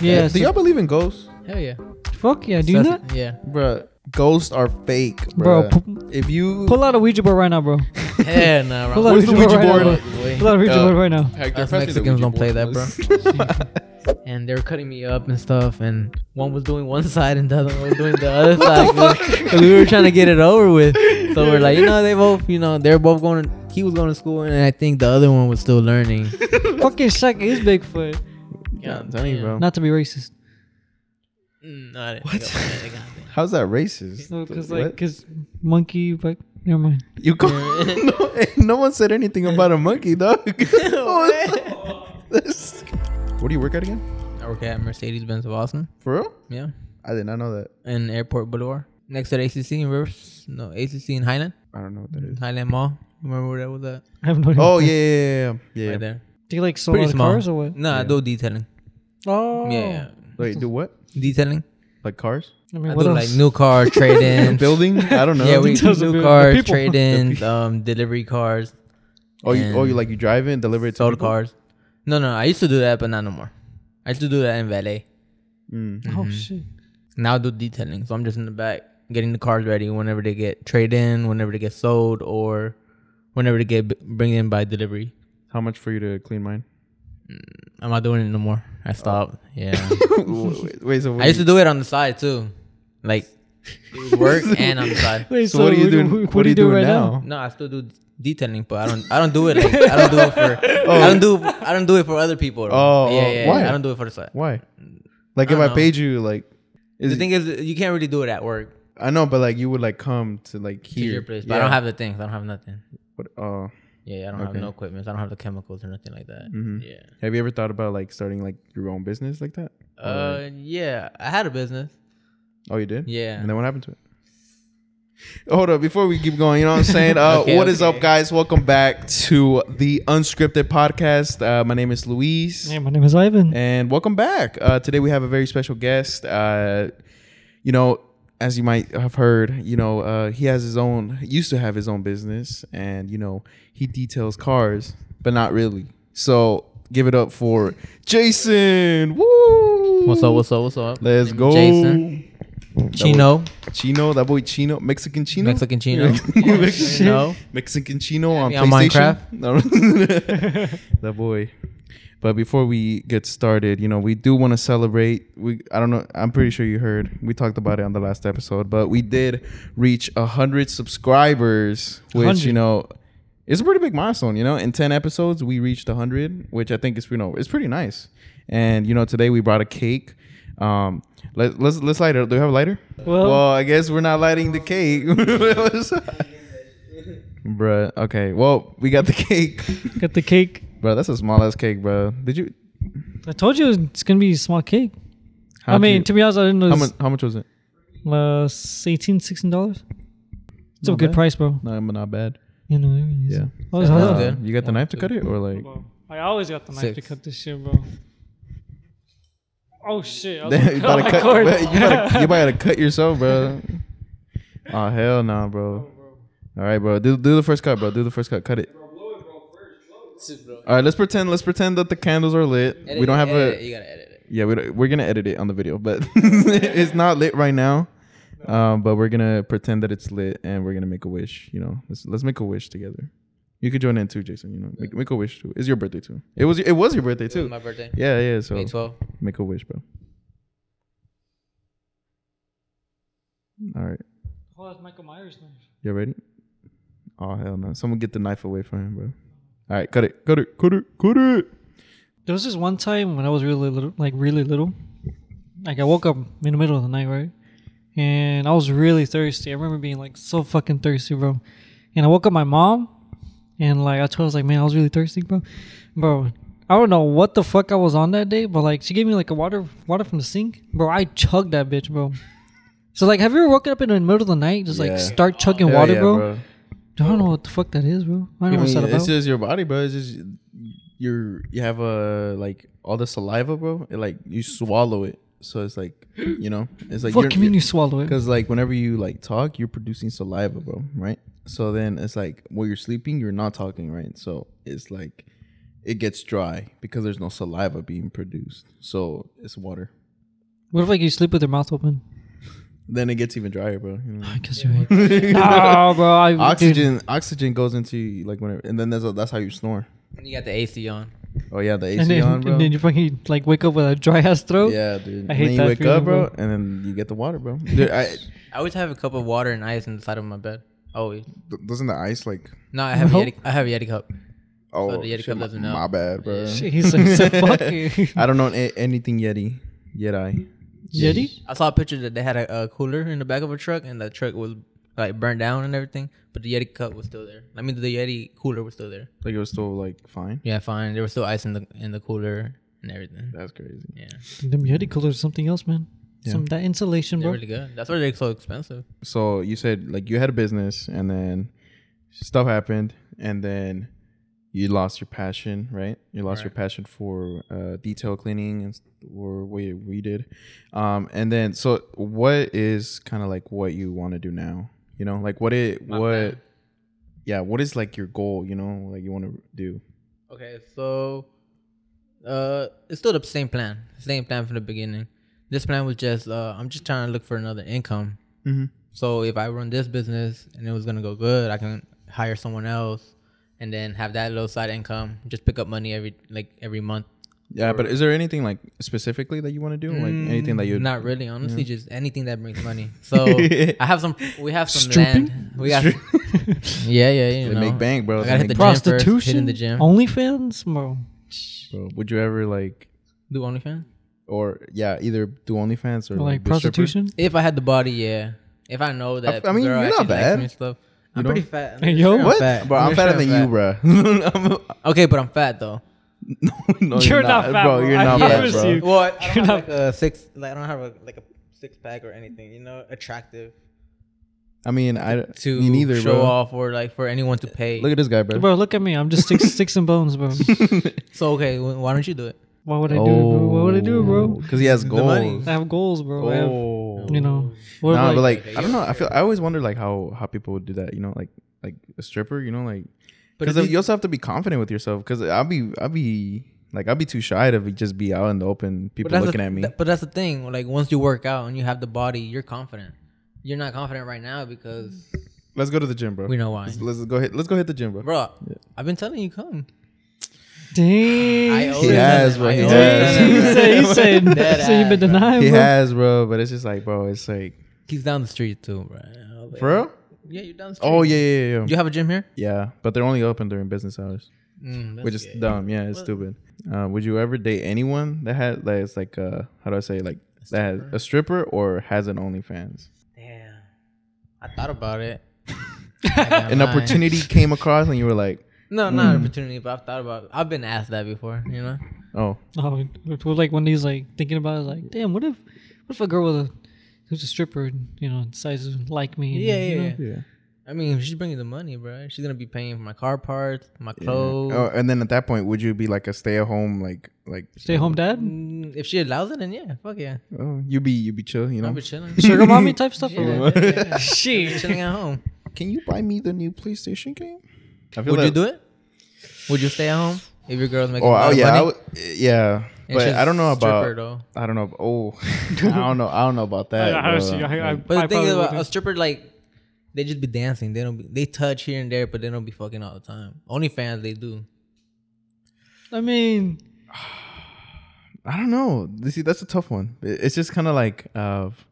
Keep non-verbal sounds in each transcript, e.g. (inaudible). Yeah. Do y'all believe in ghosts, Hell yeah. fuck yeah. Do you That's- not? Yeah. (laughs) Bruh, Ghosts are fake, Bro, bruh. pu- if you pull out a Ouija board right now, (laughs) bro. Hell nah. Pull out wrong. a Where's the Ouija board Ouija right now. board? Boy. Pull out a Ouija Uh, board right now. Heck, Us definitely the Mexicans Ouija don't play board that, was- and they were cutting me up and stuff and one was doing one (laughs) side and the other one was doing the other side because we were trying to get it over with so we're like you know they both you know they're both going he was going to school and i think the other one was still learning (laughs) Fucking Shaq is Bigfoot. yeah I'm telling you, bro. Not to be racist. Mm, what How's that racist? No, cause What? like, cause monkey, but never mind. you (laughs) call, (laughs) no, ain't no one said anything about a monkey, dog. (laughs) (laughs) That's- what do you work at again? i work at mercedes-benz of austin For real? yeah I did not know that. in airport boulevard next to the acc in rivers no acc in highland I don't know what (laughs) that is. highland mall remember where that was at I have no idea. Oh yeah, yeah, yeah, yeah. yeah. right there do you like sold out of cars or what? no i do detailing Oh, yeah, Wait, do what? yeah. detailing Like cars? I mean, I what do else? like new (laughs) car trade-in (laughs) Building? I don't know. Yeah, we Details of new the cars, people. (laughs) trade ins, um, delivery cars, Oh, you, oh, and- you like you drive it and deliver it to sold people? cars. No, no, I used to do that, but not no more. I used to do that in valet. Mm. Mm-hmm. Oh shit. Now I do detailing, so I'm just in the back getting the cars ready whenever they get trade in, whenever they get sold, or whenever they get b- bring in by delivery. How much for you to clean (laughs) mine? I'm not doing it no more. Oh. I stopped. (laughs) Yeah, wait, wait, so what I used to do it on the side too, (laughs) like it would work and on the side. (laughs) Wait, So what are you doing? What, are you doing right now? No, I still do detailing, but I don't. I don't do it. Like, I don't do it for. I don't do. I don't do it for other people. Oh, yeah, oh, yeah, yeah. why? I don't do it for the side. Why? Like I if don't I know. paid you, like, is the thing is, you can't really do it at work I know, but like you would like come to like to here. your place. But I don't have the things. I don't have nothing. What, uh, Yeah, I don't Okay. have no equipment. I don't have the chemicals or nothing like that. Mhm. Yeah. have you ever thought about like starting like your own business like that? Or- Uh, yeah. I had a business. oh, you did. yeah. And then what happened to it? Hold up, before we keep going, you know what I'm (laughs) saying? Uh, Okay, what is okay. up, guys? Welcome back to the Unscripted Podcast. Uh, my name is Luis. Hey, my name is Ivan. And welcome back. Uh, today we have a very special guest. Uh, you know, as you might have heard, you know, uh, he has his own, used to have his own business, and you know, he details cars, but not really. So give it up for Jason. Woo! What's up? What's up? What's up? Let's Name go, Jason Chino, Chino, that boy Chino, Mexican Chino, Mexican (laughs) Chino. Mexican, Chino. Mexican Chino on Me on PlayStation. Minecraft. No. (laughs) that boy. But before we get started, you know, we do want to celebrate. We I don't know. I'm pretty sure you heard. We talked about it on the last episode, but we did reach hundred subscribers, which 100. you know. It's a pretty big milestone, you know. In ten episodes, we reached hundred, which I think is you know it's pretty nice. And you know, today we brought a cake. Um, let, let's let's light it. Do we have a lighter? Well- well, I guess we're not lighting the cake. (laughs) Bruh. Okay. Well, we got the cake. Got the cake. Bro, that's a small ass cake, bro. Did you? I told you it's gonna be a small cake. I how'd mean, you- to be honest, I didn't know. how How much? How much was it? Uh, 18 dollars. It's a Not good bad. price, bro. No, I'm not bad. You know. it is. Yeah. Oh, it's Sounds hot. good. You got the knife to cut it, or like? I always got the knife to Six. cut this shit, bro. Oh shit! I was (laughs) you like, oh, (laughs) better my cut. cord. You (laughs) better, you better cut yourself, bro. Oh hell no, bro. All right, bro. Do do the first cut, bro. Do the first cut. Cut it. All right, let's pretend. Let's pretend that the candles are lit. we don't have a. You gotta edit it. Yeah, we don't, we're gonna edit it on the video, but (laughs) it's not lit right now. Um, but we're gonna pretend that it's lit, and we're gonna make a wish. You know, let's let's make a wish together. You could join in too, Jason. You know, make, make a wish too. It's your birthday too. It was it was your birthday It was too. my birthday. Yeah, yeah. So May 12. make a wish, bro. All right, Oh, that's Michael Myers' knife. you ready? Oh hell no! Someone get the knife away from him, bro. All right, cut it, cut it, cut it, cut it. There was this one time when I was really little, like really little. Like I woke up in the middle of the night, right? And I was really thirsty. I remember being like so fucking thirsty, bro. And I woke up my mom, and like I told her, I was like, man, I was really thirsty, bro. Bro, I don't know what the fuck I was on that day, but like she gave me like a water, water from the sink, bro. I chugged that bitch, bro. So like, have you ever woken up in the middle of the night, just Yeah. like start chugging Hell water, yeah, bro? I don't know what the fuck that is, bro. I don't know what's I that mean, about. it's just your body, bro. It's just you you have a like all the saliva, bro. It, like you swallow it, so it's like you know, it's like fuck you mean you swallow it? because like whenever you like talk, you're producing saliva, bro. Right. So then it's like while you're sleeping, you're not talking, right? So it's like it gets dry because there's no saliva being produced. So it's water. What if like you sleep with your mouth open? Then it gets even drier, bro. you know. I guess you're right. (laughs) no, bro. I, dude, Oxygen, oxygen goes into you, like whenever, and then there's a, that's how you snore. And you got the AC on. Oh yeah, the AC and, then, on, bro. and then you fucking like wake up with a dry ass throat. yeah, dude. I and hate then you that wake feeling, up, bro, bro. and then you get the (laughs) water, bro. Dude, I, I always have a cup of water and ice inside of my bed. Always. th- doesn't the ice like? No, I have No? a Yeti, I have a Yeti cup. Oh, the Yeti shit, cup my, doesn't know. my bad, bro. Shit, He's like, (laughs) so fuck you. I don't know a- anything Yeti. Yeti. Yeti? I saw a picture that they had a, a cooler in the back of a truck, and the truck was like burned down and everything, but the Yeti cup was still there. I mean, the Yeti cooler was still there. Like it was still like fine. Yeah, fine. There was still ice in the in the cooler and everything. That's crazy. Yeah, Them Yeti coolers, something else, man. Some that insulation, they're bro. really good. That's why they're so expensive. So you said like you had a business, and then stuff happened, and then you lost your passion, right? You lost your passion for uh, detail cleaning and s- or what you- we did. Um, and then so what is kind of like what you want to do now? You know, like what it My what. plan. Yeah, what is like your goal? You know, like you want to do. Okay, so uh, it's still the same plan, same plan from the beginning. This plan was just uh, I'm just trying to look for another income. Mm-hmm. So if I run this business and it was gonna go good, I can hire someone else and then have that little side income. Just pick up money every like every month. Yeah, but is there anything like specifically that you want to do? Like anything that you Mm, Not really, honestly, just anything that brings (laughs) money. So I have some. We have some Stripping? land. We got. (laughs) yeah, yeah, They you know. make bank, bro. I They gotta hit make the gym first, hit in Prostitution? the gym. OnlyFans? Bro. Bro, would you ever like Do OnlyFans? or yeah, either do OnlyFans or Or, like, like be a stripper? prostitution? If I had the body, yeah. If I know that. I mean, girl you're not actually likes bad. me and stuff. You I'm don't- pretty (laughs) fat. Hey, yo. I'm What? fat. Bro, I'm pretty sure fatter than you, bro. (laughs) I'm- (laughs) Okay, but I'm fat though. no, no, You're not fat, bro. You're I not fat, promise bro. you. Well, I don't You're have not- like a six. Like, I don't have a, like a six pack or anything. You know, attractive I mean, I to me neither, show bro. off or like for anyone to pay. Look at this guy, bro. Bro, look at me. I'm just sticks, sticks and bones, (laughs) bro. so okay, wh- why don't you do it? Why would I do it, bro? What would I do, bro? Because Oh, he has money. goals. I have goals, bro. I have, Oh, you know. What nah, if, but like, like I don't know. I feel I always wonder like how how people would do that. You know, like like a stripper. You know, like But because if you also have to be confident with yourself. Because I'll be I'll be like I'll be too shy to be, just be out in the open, people that's looking the- at me. that- but that's the thing. Like once you work out and you have the body, you're confident. You're not confident right now because Let's go to the gym, bro. we know why, Let's, let's go hit. Let's go hit the gym, bro. bro. I've been telling you, come. I dang. always done has, it. bro, I he always has. (laughs) done he it. said, he said, he (laughs) Dead said you've been ass, bro. denying, He bro. has, bro, but it's just like, bro, it's like, He's down the street too, bro. Like, for real? Yeah, you're down the street. Oh yeah, yeah, yeah, You yeah. have a gym here? Yeah, but they're only open during business hours, Mm, that's which is gay. dumb. Yeah, it's stupid. Uh, would you ever date anyone that has that is like, uh, how do I say, like that has a stripper or has an OnlyFans? Damn. I thought about it. (laughs) An (laughs) Mm. opportunity came across and you were like, No, not an opportunity, but I've thought about it. I've been asked that before, you know? oh, Oh, it was like when he's like thinking about it, like, damn, what if, what if a girl with a, who's a stripper, you know, decides to like me? and, Yeah, you yeah, know? yeah. yeah. I mean, she's bringing the money, bro. She's going to be paying for my car parts, my clothes. Oh, and then at that point, would you be like a stay at home, like, like, Stay home dad, Mm, if she allows it, then yeah, fuck yeah. oh, you be, you be chill, you I'll know? be chilling. sugar mommy type stuff. or Yeah, what? yeah, yeah. (laughs) (laughs) Shit. chilling at (laughs) home. Can you buy me the new PlayStation game? I feel Would you like- do it? Would you stay at home if your girl's making Oh, a lot oh of yeah, I money? would- yeah. and But she's I don't know a stripper, about. though. I don't know. ab- Oh, (laughs) I don't know. I don't know about that. I- I bro. see, I- I- Like, But the I thing is, probably about a wouldn't. stripper like they just be dancing. They don't be, they touch here and there, but they don't be fucking all the time. Only fans they do. I mean, I don't know. You See, that's a tough one. It- It's just kind of like of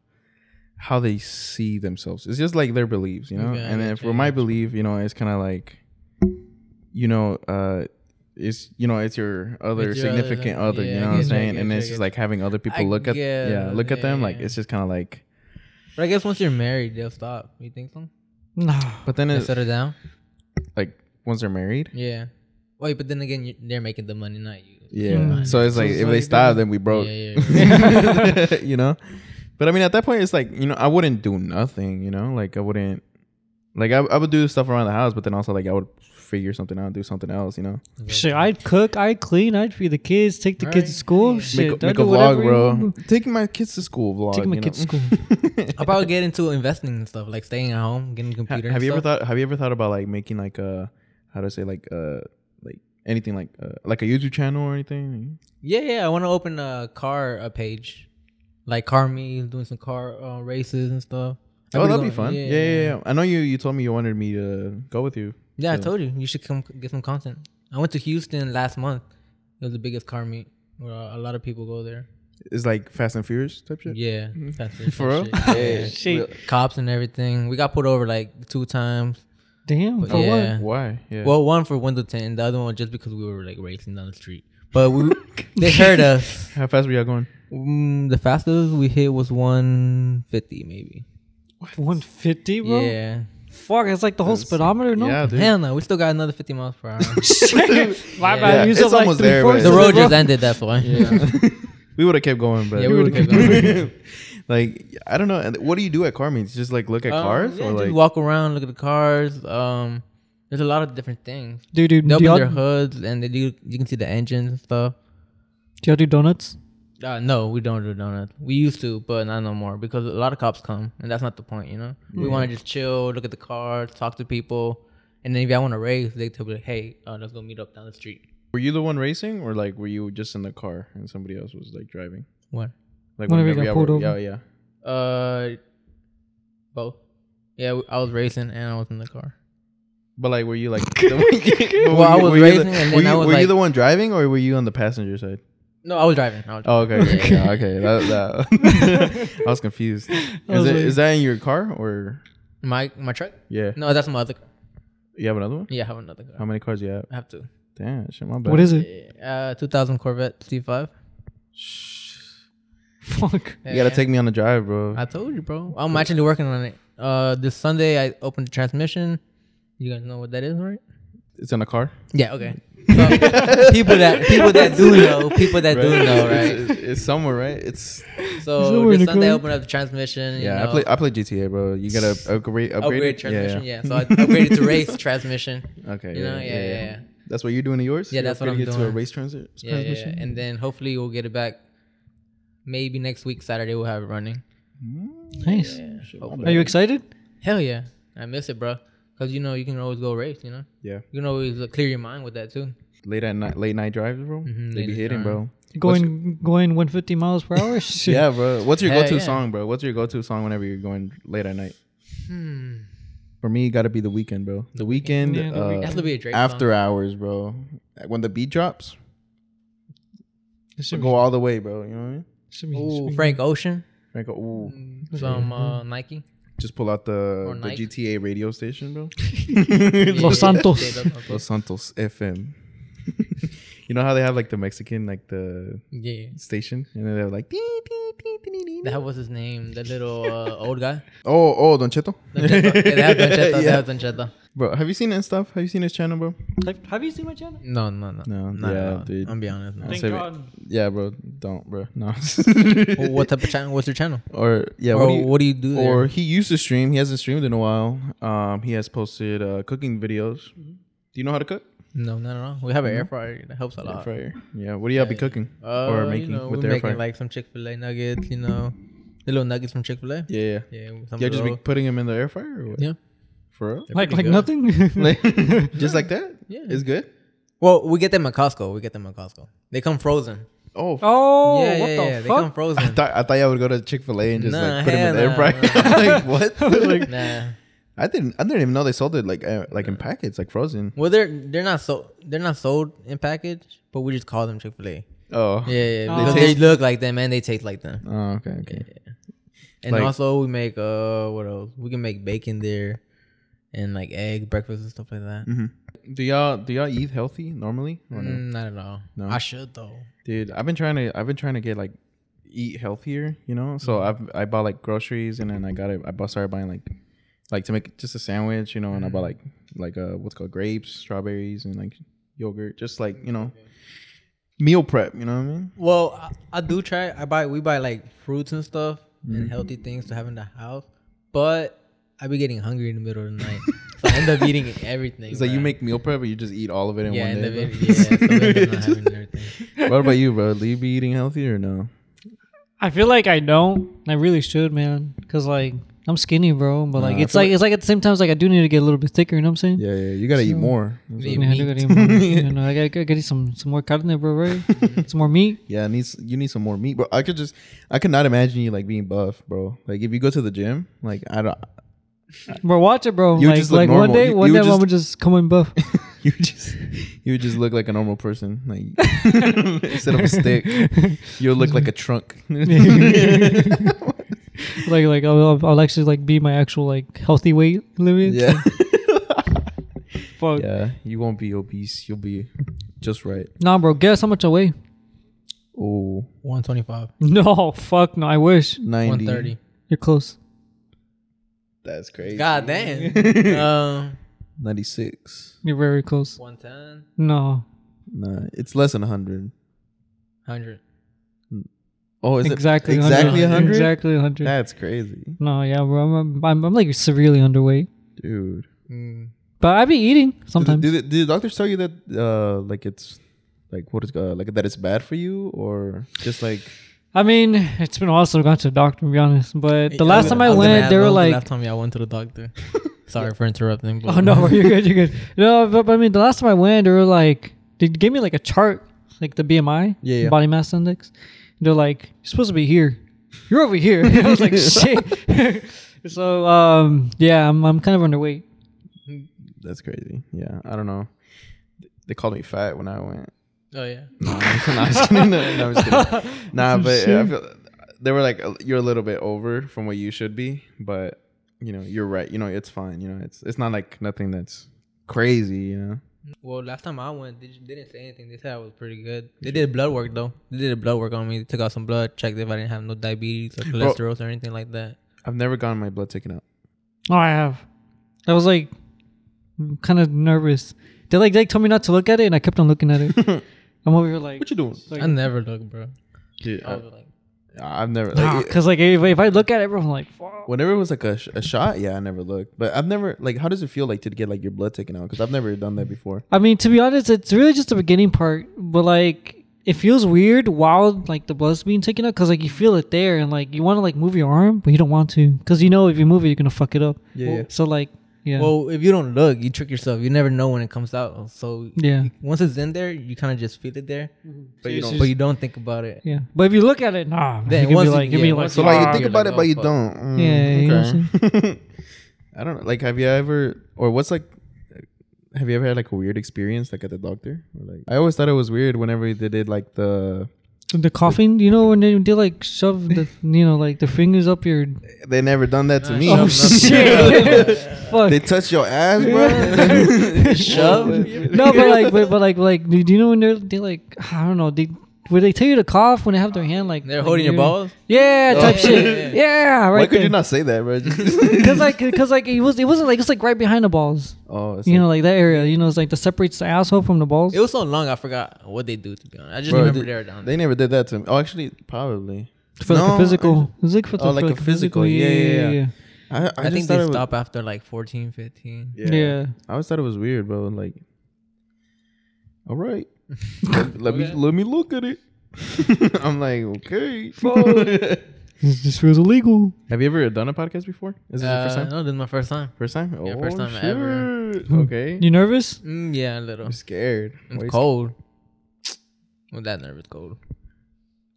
how they see themselves. It's just like their beliefs, you know. Okay, I and then gotcha, for I my belief, you know, it's kind of like, you know, uh, it's you know, it's your other It's your other- significant other. yeah, you I know what I'm get you, I saying? get And you, I it's get just like having other people I look at get yeah, look at them. Like it. it's just kind of like. But I guess once you're married, they'll stop. You think so? nah. But then They'll it's settle down. like once they're married. Yeah. Wait, but then again, you they're making the money, not you. Yeah. Mm. So it's like it's if like, they stop, then we broke. Yeah, yeah, (laughs) you know. But I mean, at that point, it's like you know, I wouldn't do nothing. You know, like I wouldn't, like I, I would do stuff around the house, but then also like I would figure something out, do something else. You know, Shit, I'd cook, I'd clean, I'd feed the kids, take the kids Right. to school. make, Shit, a- I'd make a do whatever vlog, you bro. want. Taking my kids to school vlog. Take my you know? kids to school. I'll probably get into investing and stuff, like staying at home, getting a Ha- computer. have and you ever stuff. thought? Have you ever thought about uh, like making like a, how to say like a like anything like uh, like a YouTube channel or anything? Yeah, yeah. I want to open a car a page, like car me doing some car uh, races and stuff. oh, I've been that'd be going- fun. Yeah yeah, yeah, I know you. You told me you wanted me to go with you. Yeah, I So- told you you should come get some content. I went to Houston last month. It was the biggest car meet. Where a lot of people go there. It's like Fast and Furious type shit. Yeah, that's it. Mm-hmm. (laughs) For real? Yeah. Shit. Cops and everything. We got pulled over like two times. Damn. But For yeah. Why? Yeah. Well, one for Wendleton, and the other one just because we were like racing down the street. But (laughs) we they heard us. how fast were y'all going? Mm, the fastest we hit was 150, maybe. what? 150, bro? Yeah. Fuck, it's like the whole speedometer, no? (laughs) Yeah, dude. Hell no, we still got another 50 miles per (laughs) hour. My Yeah. bad. Yeah, Use it's up like almost there, three-fourths but- of the road bro. (laughs) just ended, that's why. we would have kept going, but Yeah, we would've kept (laughs) like I don't know. And What do you do at car meets? Just like look at Um, cars yeah, or just like walk around, look at the cars. Um, there's a lot of different things. Dude, dude, They do open y'all, their hoods and they do. You can see the engines and stuff. do y'all do donuts? Uh, no, we don't do donuts. We used to, but not no more because a lot of cops come, and that's not the point, you know. We want to just chill, look at the cars, talk to people, and then if I want to race, they tell me, like, "Hey, uh, let's go meet up down the street." were you the one racing or like were you just in the car and somebody else was like driving? What? Like Whenever you got y'all pulled were- over. Yeah, yeah. Uh, both. Yeah, w- I was racing and I was in the car. But like, were you (laughs) like? the- were Well, I you- (laughs) was were you racing the- and were then I you- was were you like- the one driving or were you on the passenger side? No, I was driving. I was Oh, okay, okay, (laughs) yeah, okay. That, that- (laughs) I was confused. Is, was it, like- is that in your car or My my truck? yeah? No, that's my other. Car. You have another one? Yeah, I have another car. How many cars you have? I have two. Damn, shit, my bad. What is it? (laughs) Uh, 2000 Corvette C5. Fuck. You gotta take me on a drive, bro. I told you, bro. I'm actually working on it. Uh, this Sunday I opened the transmission. You guys know what that is, right? It's in a car. Yeah. Okay. So, (laughs) people that people that do know, people that do know, right? It's, it's, it's somewhere, right? It's So Somewhere in this the Sunday I corner. opened up the transmission. yeah. you I know, play I play GTA, bro. You gotta upgrade upgrade, upgrade it? transmission. Yeah, So I upgraded to race transmission. Okay. You know, yeah, yeah, yeah. That's what you're doing to yours. Yeah, You're that's what I'm upgrading it To a doing. race transi- Yeah, yeah, transmission. and then hopefully we'll get it back. Maybe next week Saturday we'll have it running. Nice. Shit, my Hopefully. bad. Are you excited? Hell yeah, I miss it, bro. Cause you know you can always go race. You know, Yeah. you can always uh, clear your mind with that too. Late at night, late night drives, bro. Mhm, they late be night hitting, drive. bro. Going going 150 miles per hour? (laughs) (laughs) Shit. Yeah, bro. What's your Hell go-to yeah. song, bro? What's your go-to song whenever you're going late at night? Hmm. For me, it got to be the weekend, bro. The weekend, Yeah, The uh, Weeknd. It has to be a Drake after song. hours, bro. When the beat drops, It should be- go all the way, bro. You know what I mean? should be- should Ooh, be- Frank Ocean, Like, ooh, (laughs) some uh, Nike. just pull out the, Or the Nike. GTA radio station, bro. Los Santos. Yeah, Los Santos. Los Santos FM. (laughs) you know how they have like the Mexican like the Yeah. station, and then they're like, "Dee, dee, dee, dee, dee, dee." That was his name, the little uh, old (laughs) guy. oh, oh, Don Cheto, Don Cheto. Yeah, they have Don Cheto, they Yeah. have Don Cheto. bro. Have you seen his stuff? Have you seen his channel, bro? Have, have you seen my channel? No, no, no. No, Not yeah, at all. dude. I'm be honest. No. I'll Thank save it. God. Yeah, bro. Don't, bro. No. (laughs) Well, what type of channel? What's your channel? or yeah, or what do you, what do you do there? or he used to stream. He hasn't streamed in a while. Um, he has posted uh, cooking videos. Mm-hmm. Do you know how to cook? no, not at all. We have an air fryer. That helps a lot. Mm-hmm. fryer. Yeah. What do y'all be cooking Uh, or making you know, with we're the air making fryer? like some Chick Fil A nuggets. You know, the little nuggets from Chick Fil A. yeah, yeah. Yeah. with some Y'all just be little- putting them in the air fryer. Or what? yeah. For real? Like like (laughs) pretty nothing? (laughs) Like, just like that? Yeah. It's good. Well, we get them at Costco. We get them at Costco. They come frozen. Oh. (laughs) f- oh, yeah, what yeah, the yeah. They come fuck? I frozen. thought I thought y'all would go to Chick Fil A and just Nah, like put them in the air hell fryer. (laughs) like what? (laughs) nah. I didn't I didn't even know they sold it like uh, like in packets like frozen. Well, they're they're not sold. They're not sold in package, but we just call them Chick Fil A. Oh. Yeah, yeah. Oh. because They They, taste- look like them and they taste like them. Oh, okay, okay. And Like- also, we make uh, what else? We can make bacon there, and like egg breakfast and stuff like that. Do y'all do y'all eat healthy normally? Or no? Mm-hmm. Mm, not at all. No. I should though. Dude, I've been trying to I've been trying to get like eat healthier, you know? So I've I bought like groceries and then I got it I bought started buying like like to make just a sandwich, you know, and I bought like like uh what's it called grapes, strawberries and like yogurt, just like, you know, meal prep, you know what I mean? Well, I, I do try. I buy we buy like fruits and stuff Mm-hmm. and healthy things to have in the house, but I be getting hungry in the middle of (laughs) the night, so I end up eating everything. It's like you bruh. make meal prep or you just eat all of it in yeah, one end up day. eating- yeah. So we end up not (laughs) having everything. bro? what about you, bro? Do you be eating healthy or no? I feel like I don't. I really should, man. Cause like I'm skinny, bro, but like Nah, I it's feel like, like- it's like at the same time it's like I do need to get a little bit thicker. You know what I'm saying? Yeah, yeah. You gotta eat So- more. Yeah. I mean, I do gotta eat (laughs) more. you know, I gotta, gotta eat some some more carne, bro. Right? some more meat. Yeah, it needs you need some more meat, bro. I could just I could not imagine you like being buff, bro. Like if you go to the gym, like I don't Bro, watch it, bro. You like just look like one normal. day, You- one you day, just- I'm gonna just come in buff. (laughs) you would just you would just look like a normal person. (laughs) Like instead of a stick, you'll look like (laughs) a trunk. (laughs) like like I'll, I'll- I'll actually like be my actual like healthy weight limit. yeah. Fuck. Yeah. You won't be obese. You'll be just right. Nah, bro. Guess how much I weigh? (laughs) Oh, 125, No, fuck no. I wish 90. 130. you're close. That's crazy. God (laughs) damn. um, 96. You're very close. 110, No, Nah, it's less than 100. 100. Oh, is exactly. it exactly 100? Exactly 100. That's crazy. No, yeah, bro. I'm, I'm, I'm, I'm like severely underweight, Dude. Mm. but I be eating Did the- sometimes. Did, the, did the doctors tell you that uh like it's like what is uh, like that it's bad for you or just like I mean, it's been a while since I've gone to the doctor, to be honest. But the last was- time I was gonna went, ask, they when were was the like, last time I went to (laughs) the doctor. Sorry for interrupting. but- "Oh no, you're good, you're good." No, but, but I mean, the last time I went, they were like, they gave me like a chart, like the BMI, Yeah, yeah. body mass index. They're like, "You're supposed to be here. You're over here." (laughs) I was (laughs) like, "Shit." (laughs) so, um, yeah, I'm, I'm kind of underweight. that's crazy. Yeah, I don't know. They called me fat when I went. Oh yeah. (laughs) No, I'm just kidding. No, no, I'm just kidding. Nah, but I feel, they were like, you're a little bit over from what you should be, but you know, you're right. You know, it's fine. You know, it's it's not like nothing that's crazy. You know, Well, last time I went, they ju- they didn't say anything. They said I was pretty good. They did blood work though. They did a blood work on me. They took out some blood, checked if I didn't have no diabetes or cholesterol or anything like that. I've never gotten my blood taken out. Oh, I have. I was like, kind of nervous. They like, they told me not to look at it, and I kept on looking at (laughs) it. I'm over here like, you doing? Oh. like I never look, bro. Dude, I I, was like, I've never. Like, it- because like if, if I look at it, everyone's like, fuck. whenever it was like a, sh- a shot, yeah, I never looked. But I've never like, how does it feel like to get like your blood taken out? Because I've never done that before. I mean, to be honest, it's really just the beginning part, but like it feels weird while like the blood's being taken out because like you feel it there and like you want to like move your arm, but you don't want to because you know if you move it, you're gonna fuck it up. Yeah, yeah. So like, yeah. Well, if you don't look, you trick yourself. You never know when it comes out. So Yeah. you- once it's in there, you kind of just feel it there, But you So don't. it's but you don't think about it. yeah. But if you look at it, nah. Then (laughs) Then you once be you- like, you yeah, be like, once you- So like you Ah. think You're about like, it, but oh, you fuck. don't. Mm, Yeah, you know what I'm (laughs) okay. I don't know. Like, have you ever, or what's like, have you ever had like a weird experience like at the doctor? Or, like, I always thought it was weird whenever they did like the the coughing. You know when they, they like shove the you know like the fingers up your. they never done that to Nah, me. shove (laughs) Oh (laughs) shit! Fuck. they touch your (laughs) ass, bro. Shove? no, but like, but, but like, like, do do you know when they're they like, I don't know, they would they tell you to cough when they have their hand like They're like holding your here? balls. Yeah, Oh, type yeah, (laughs) shit. yeah, Yeah, right. Why could you not say that, bro? (laughs) Just- Because like, because like, it was it wasn't like it's like right behind the balls. oh, (laughs) it's You like- know, like that area. You know, it's like that separates the asshole from the balls. It was so long, I forgot what they do. To be honest, I just bro, remember they- they were down They there. never did that to me. Oh, actually, probably. for like No, a physical. It's like for Oh, like for a physical, yeah, yeah, yeah. I, I, I, just think thought they it was- stop after like 14, 15. yeah. yeah. I always thought it was weird, bro. Like, (laughs) all right, let, let me let me look at it. (laughs) I'm like, okay. This, this feels illegal. Have you ever done a podcast before? Is this your first Uh, time? no, this is my first time. First time? Oh, Yeah, first time ever. shit. (laughs) Okay. You nervous? Mm, yeah, a little. I'm scared. Why It's you sc- cold. I'm that nervous cold.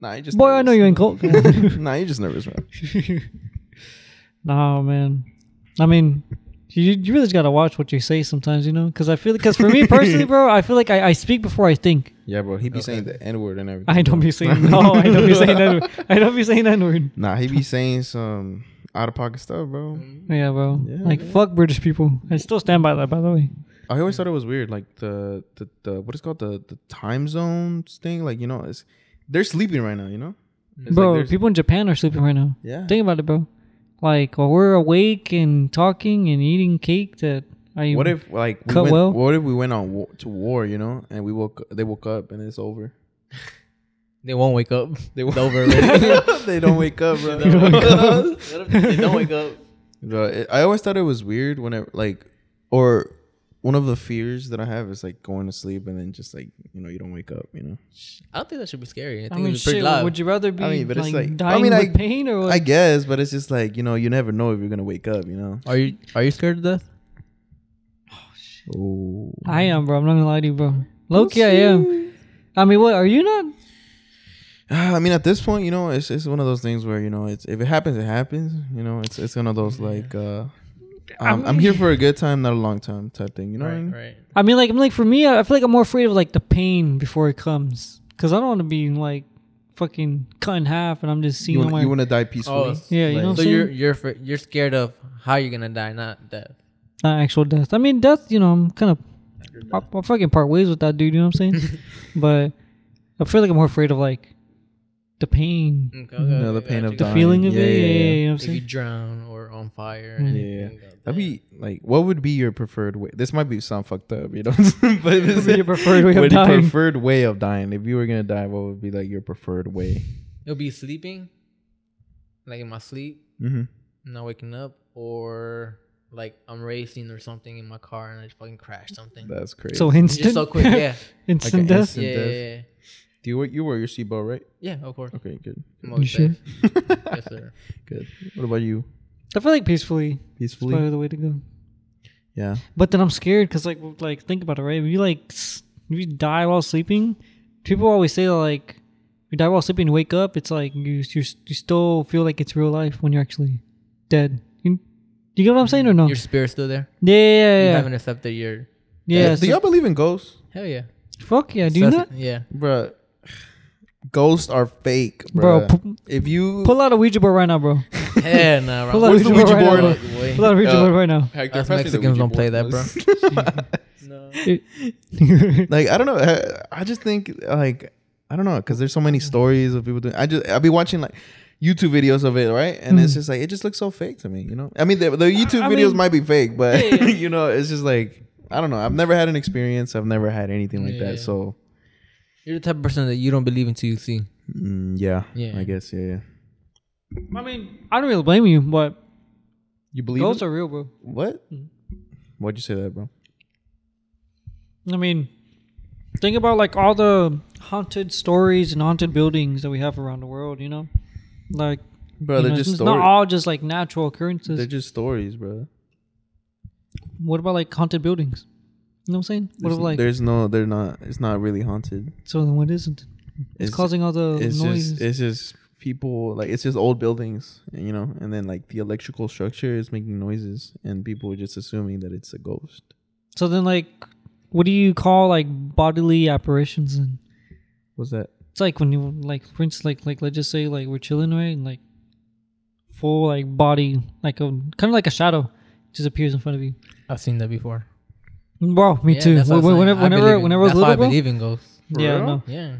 Nah, you just. Boy, I know (laughs) you ain't cold. nervous. nah, you just nervous, bro. (laughs) Nah, man. I mean, you, you really just gotta watch what you say sometimes, you know? Because I feel because for me personally, bro, I feel like I, I speak before I think. Yeah, bro. He be saying the n word and everything. I don't be (laughs) saying no. I don't be saying that. word. I don't be saying that word. Nah, he be saying some out of pocket stuff, bro. Mm-hmm. Yeah, bro. Yeah, like fuck British people. I still stand by that. By the way, I always thought it was weird, like the the, the what is it called the the time zones thing. Like you know, it's they're sleeping right now. You know, It's bro. like there's- people in Japan are sleeping right now. yeah. Think about it, bro. Like while we're awake and talking and eating cake, that I What if like we Cut went, well? what if we went on wa- to war, you know, and we woke they woke up and it's over. (laughs) They won't wake up. They woke It's over already. (laughs) (laughs) (laughs) they don't wake up, bro. they don't wake up. Bro, it- I always thought it was weird whenever like or one of the fears that I have is like going to sleep and then just like you know you don't wake up. You know, I don't think that should be scary. I think I it mean, should be pretty shit. loud. Would you rather be I mean, but it's like, like- I dying mean, with I- pain or what? I guess, but it's just like you know you never know if you're gonna wake up. You know. are you are you scared of death? Oh. I am, bro. I'm not gonna lie to you, bro. Low key, I am. I mean, what are you not? Ah, I mean, at this point, you know, it's it's one of those things where you know it's if it happens, it happens. You know, it's it's one of those like. uh I I'm, I'm here for a good time, not a long time type thing. You know what I mean? right. I mean, like, I'm like for me, I I feel like I'm more afraid of like the pain before it comes, cause I don't want to be like fucking cut in half, and I'm just You seeing wanna, my. you wanna Oh, die peacefully? yeah, you like- know. What So I'm you're saying? you're fr- you're scared of how you're gonna die, not death. not actual death. I mean, death. You know, I'm kind of. I'll, I'll fucking part ways with that dude. You know what I'm (laughs) saying? but I feel like I'm more afraid of like the pain, Okay, No, the pain of the dying. feeling of Yeah, it. yeah, Yeah, yeah. you know what I'm If you saying. drown or on fire. Mm. Yeah, anything like that'd be like, what would be your preferred way? This might be sound fucked up, you know. (laughs) but (laughs) this (laughs) Your preferred way of what your dying. preferred way of dying. If you were gonna die, what would be like your preferred way? It'll be sleeping, like in my sleep, Mm-hmm. not waking up, or like I'm racing or something in my car and I just fucking crash something. That's crazy. So It's instant, just so (laughs) quick, yeah, instant an death. instant- yeah, yeah, death. yeah, do you wear you wear your seatbelt, right? yeah, of course. Okay, good, I'm always You safe. yes, sir. (laughs) good. What about you? I feel like peacefully is Peacefully? probably the way to go. Yeah. But then I'm scared because like w- like think about it right. If you like s- if you die while sleeping, people always say like if you die while sleeping, you wake up. It's like you you you still feel like it's real life when you're actually dead. You, you get what I'm saying or no? Your spirit's still there. yeah, You Oh. yeah, yeah. haven't accepted your yeah Uh, do so- y'all believe in ghosts, hell yeah. fuck yeah, do you Sus- not? (laughs) Yeah. Bruh. Ghosts are fake, Bro, bro. pu- if you Pull out a Ouija board right now, bro. Hell no. Pull bro. out a Ouija Where's the board Ouija right board? now. Wait. Pull out a (laughs) Ouija Uh, board right now. (laughs) Hector, Us pass me the Mexicans Ouija don't play board, that, (laughs) please. No. like I don't know. I, I just think like I don't know because there's so many stories of people doing. I just I'll be watching like YouTube videos of it, right? And it's just like it just looks so fake to me, you know. I mean, the, the YouTube I videos mean- might be fake, but Yeah, yeah. (laughs) you know, it's just like I don't know. I've never had an experience. I've never had anything like Yeah. that. So You're the type of person that you don't believe until you see. mm, yeah, Yeah. I guess yeah. yeah. I mean, I don't really blame you, but You believe ghosts it? are real, bro. what? Why'd you say that, bro? I mean, think about like all the haunted stories and haunted buildings that we have around the world. You know, like Bro, you they're know, just it's not stories. all just like natural They're occurrences. just stories, bro. What about like haunted buildings? You know what I'm saying? What There's, about like there's no, they're not. It's not really haunted. so? Then what isn't? It's, It's- causing all the it's noises. just it's just people like it's just old buildings you know and then like the electrical structure is making noises and people are just assuming that it's a ghost so then, like, what do you call like bodily apparitions? And what's that it's like when you like, for instance, like like let's just say like we're chilling right and like full like body like a kind of like a shadow just appears in front of you. I've seen that before. Bro, me too. Wh- wh- Whenever, whenever, whenever I was that's why little, I bro, believe in ghosts. For Yeah, real? no. Yeah.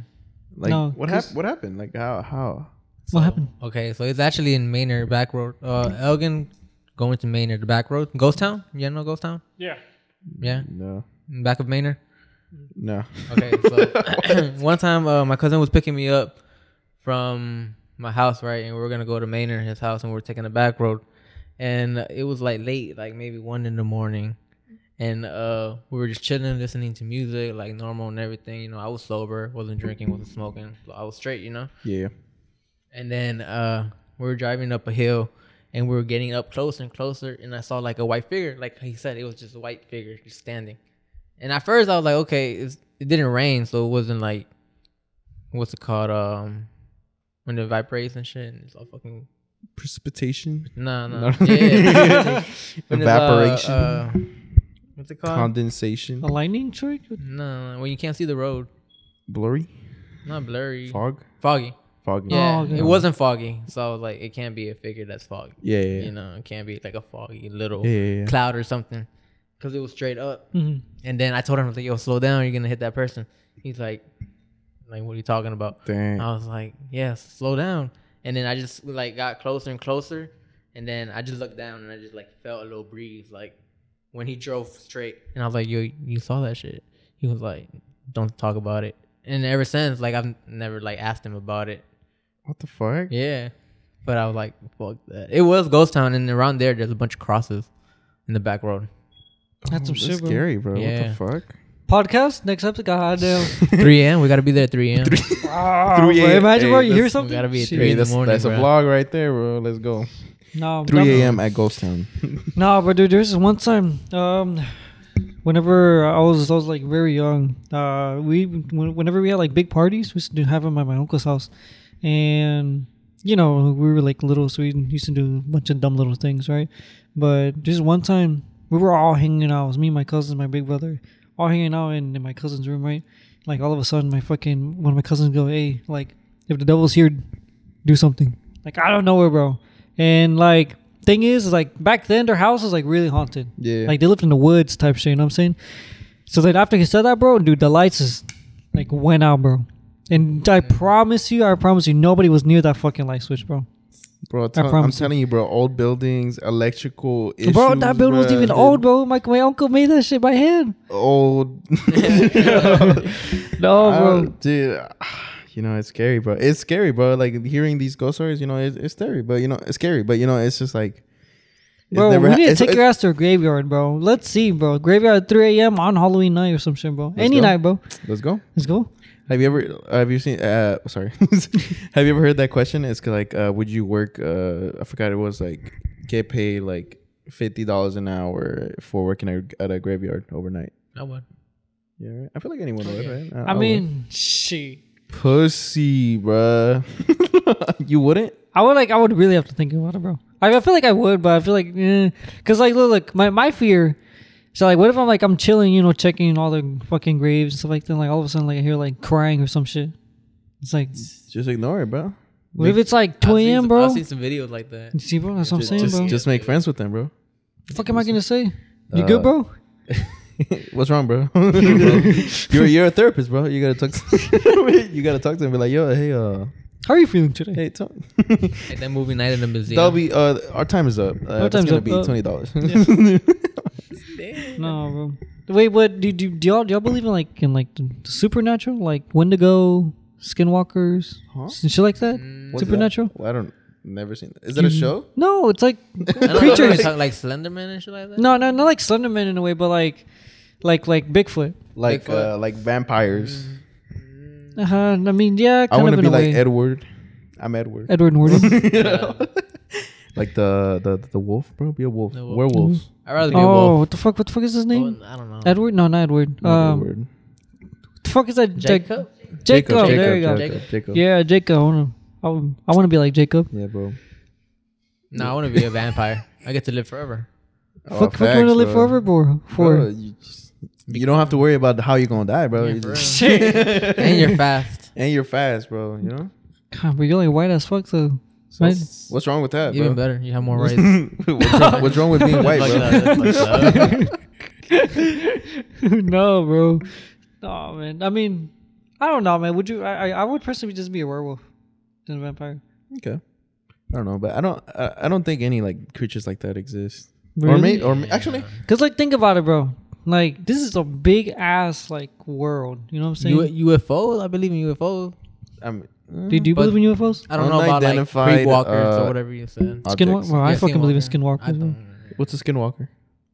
like No, what 'cause- happened what happened like how how What happened? Okay, so it's actually in Maynard, back road. Uh, Elgin going to Maynard, the back road, Ghost Town. You know Ghost Town? Yeah. Yeah, no in back of Maynard. no Okay, so one time uh, my cousin was picking me up from my house, right, and we were gonna go to Maynard, his house, and we were taking the back road, and uh, it was like late, like maybe one in the morning, and uh, we were just chilling, listening to music, like normal and everything. You know, I was sober, wasn't drinking, wasn't smoking, so I was straight, you know. yeah And then uh, we were driving up a hill and we were getting up closer and closer. And I saw like a white figure. Like he said, it was just a white figure just standing. And at first I was like, okay, it's, it didn't rain. So it wasn't like, what's it called? Um, when it vibrates and shit. And it's all fucking. precipitation Nah, nah. (laughs) No. Yeah. yeah. (laughs) When it's, uh, evaporation uh, what's it called? condensation A lightning trick? no, no, when you can't see the road. blurry Not blurry. fog Foggy. fog Yeah. okay. It wasn't foggy. So I was like, it can't be a figure that's foggy. yeah yeah yeah, you know it can't be like a foggy little yeah, yeah, yeah. cloud or something because it was straight up hmm and then i told him I was like yo slow down you're gonna hit that person he's like like what are you talking about Dang. Uh, i was like yes slow down and then i just like got closer and closer and then i just looked down and i just like felt a little breeze like when he drove straight and i was like yo you saw that shit he was like don't talk about it and ever since like i've never like asked him about it what the fuck yeah. But I was (laughs) like, fuck that. It was Ghost Town, and around there, there's a bunch of crosses in the back road. That's some Oh, that's shit, bro. scary, bro. Yeah. What the fuck? Podcast next episode. Goddamn. 3 a.m. We gotta be there at 3 a.m. Wow, Three bro, a- imagine hey, bro, you that's- hear we something. gotta be at Shit. three. Hey, in the that's morning, that's a bro. vlog right there, bro. Let's go. No, I'm 3 done. a.m. at Ghost (laughs) Town. No, but dude, there's this one time, um, whenever I was, I was like very young. Uh, we when- whenever we had like big parties, we used to do- have them at my uncle's house, and you know we were like little, so we used to do a bunch of dumb little things, right? But just one time, we were all hanging out. It was me, my cousins, my big brother, all hanging out in, in my cousin's room, right? Like all of a sudden, my fucking one of my cousins go, "Hey, like if the devil's here, do something." Like I don't know it, bro. And like thing is, like back then their house was like really haunted. Yeah. Like they lived in the woods type shit, you know what I'm saying? So then after he said that, bro, dude, the lights is like went out, bro. And I promise you, I promise you, nobody was near that fucking light switch, bro. Bro, tell- I'm promise you. telling you, bro. Old buildings, electrical issues. bro, that building wasn't even bruh. old, bro. My, my uncle made that shit by hand. (laughs) Old. (laughs) No, I Oh, bro. don't- dude. (sighs) You know, it's scary, bro. It's scary, bro. Like hearing these ghost stories, you know, it's, it's scary, but you know, it's scary, but you know, it's just like, it's Bro, never we ha- need to it's- take it's- your ass to a graveyard, bro. Let's see, bro. Graveyard at 3 a.m. on Halloween night or some shit, bro. Any go. night, bro. Let's go. Let's go. Have you ever have you seen uh sorry. (laughs) have you ever heard that question? It's like uh would you work uh I forgot it was like get paid like fifty dollars an hour for working at, at a graveyard overnight. (laughs) (laughs) I would. Yeah, right. I feel like anyone would, right? I, would. mean, shit. pussy, bruh. (laughs) you wouldn't? I would like. I would really have to think about it, bro. I, I feel like I would, but I feel like, eh. cause like, look, look, my my fear. So like, what if I'm like I'm chilling, you know, checking all the fucking graves and stuff like that. and, Like all of a sudden, like I hear like crying or some shit. It's like, Just ignore it, bro. what if it's like 2 a.m., I've bro? seen some videos like that. You see, bro, that's what I'm Just- saying, just bro. just make friends with them, bro. (laughs) the fuck am I gonna say? You Uh, good, bro? What's wrong, (laughs) bro? (laughs) you're you're a therapist, bro. You gotta talk. To (laughs) you gotta talk to him. Be like, yo, hey, uh, How are you feeling today? hey, talk. Like that movie Night in the Museum. That'll be uh, our time is up. Uh, Our it's time's gonna up. be Uh, twenty dollars. (laughs) No, bro. Wait, what? Do, do, do y'all do y'all believe in like in like the the supernatural, like Wendigo, skinwalkers, Huh? and shit like that? Mm. supernatural? Mm-hmm. I don't never seen. That. Is that a show? No, it's like (laughs) I don't know, I thought we were creatures. talking like Slenderman and shit like (laughs) that. No, no, not like Slenderman in a way, but like, like, like Bigfoot. Like Bigfoot. uh, like vampires. Mm. Uh huh. I mean, yeah, I kind want of to in be a like way. Edward. I'm Edward. Edward (laughs) Norton. Oh, (laughs) like the, the the wolf, bro. Be a wolf. The wolf. Werewolves. I'd rather be a oh, wolf. what the fuck? What the fuck is his name? Oh, I don't know. Edward? No, not Edward. Not um, Edward. the fuck is that? Jac- Jacob? Jacob. There you go. Jacob. Jacob. Yeah, Jacob. I wanna- I want to. I want to be like Jacob. Yeah, bro. No, I want to be a vampire. I get to (laughs) live forever. Oh, fuck, fuck, want facts, to live bro. Oh, forever, bro. For Bro, you, just- you don't have to worry about how you're gonna die, bro. Yeah, You for just- shit. and you're fast. and you're fast, bro. You know. (laughs) God, but you're like white as fuck, though. (laughs) So Right? what's wrong with that, bro? Even better. You (laughs) have more rights. (laughs) what's, wrong, what's wrong with being white, Fuck bro? that, (laughs) fuck that. no, bro. No, man. I mean, I don't know, man. Would you? I, I, I would personally just be a werewolf than a vampire. Okay. I don't know, but I don't. I, I don't think any like creatures like that exist. Or Really? may, or may, actually, Cause like think about it, bro. Like this is a big ass like world. You know what I'm saying? U- UFO? I believe in UFO. I'm. uh, do, do you But- believe in UFOs? I don't know about like Unidentified, creepwalkers uh, or whatever you said. Uh, Skinwalker. objects. Well, Oh, I Yeah, fucking believe in skinwalker. I skinwalkers. bro. don't- What's a skinwalker?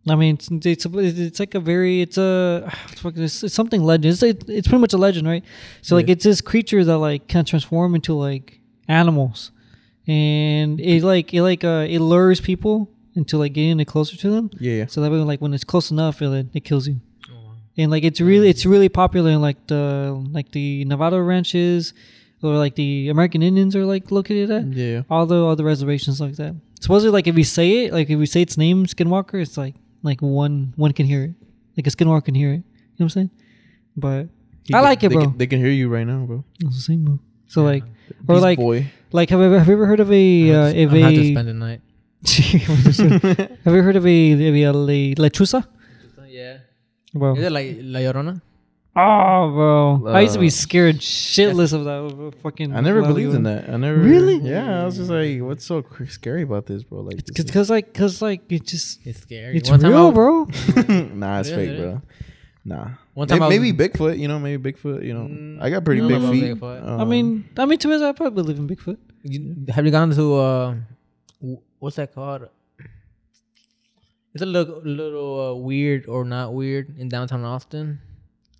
I, mean, it's, it's a, it's like a very it's a (sighs) what the fuck is this? it's something legend. It's it, it's pretty much a legend, right? So like it's this creature that like can transform into like animals, and it like it like uh it lures people into like getting it closer to them. Yeah, yeah. So that way, like when it's close enough, it, like, it kills you. Oh, And like it's really it's really popular in like the like the Nevada ranches, or like the American Indians are like located Mm. at. Yeah. All the all the reservations like that. Supposedly, like if we say it, like if we say its name, Skinwalker, it's like like one one can hear it, like a Skinwalker can hear it. You know what I'm saying? But I like it, they bro. Can, they can hear you right now, bro. It's the same, bro. So like, or Beast like, boy. like have you ever, have you ever heard of a uh, I'm of gonna have to a spend the night. (laughs) have you heard of a of a le- lechuza? Yeah. Bro, Is it like La Llorona? Oh, bro. I used to Uh, be scared shitless of that uh, fucking. I never believed in that. I never Really? Yeah, I was just like, what's so cr- scary about this, bro? Like, this (laughs) is- Because, like, because, like, it just. It's scary. It's One time I real, was- bro. nah, it's Yeah, fake, it bro. Nah. One time May- I was- maybe, Bigfoot. You know, maybe Bigfoot. You know, Mm, I got pretty I big don't know feet. about Bigfoot. I Um, mean, I mean, to me, I probably believe in Bigfoot. You, have you gone to uh, w- what's that called? It's a little, little uh, weird or not weird in downtown Austin.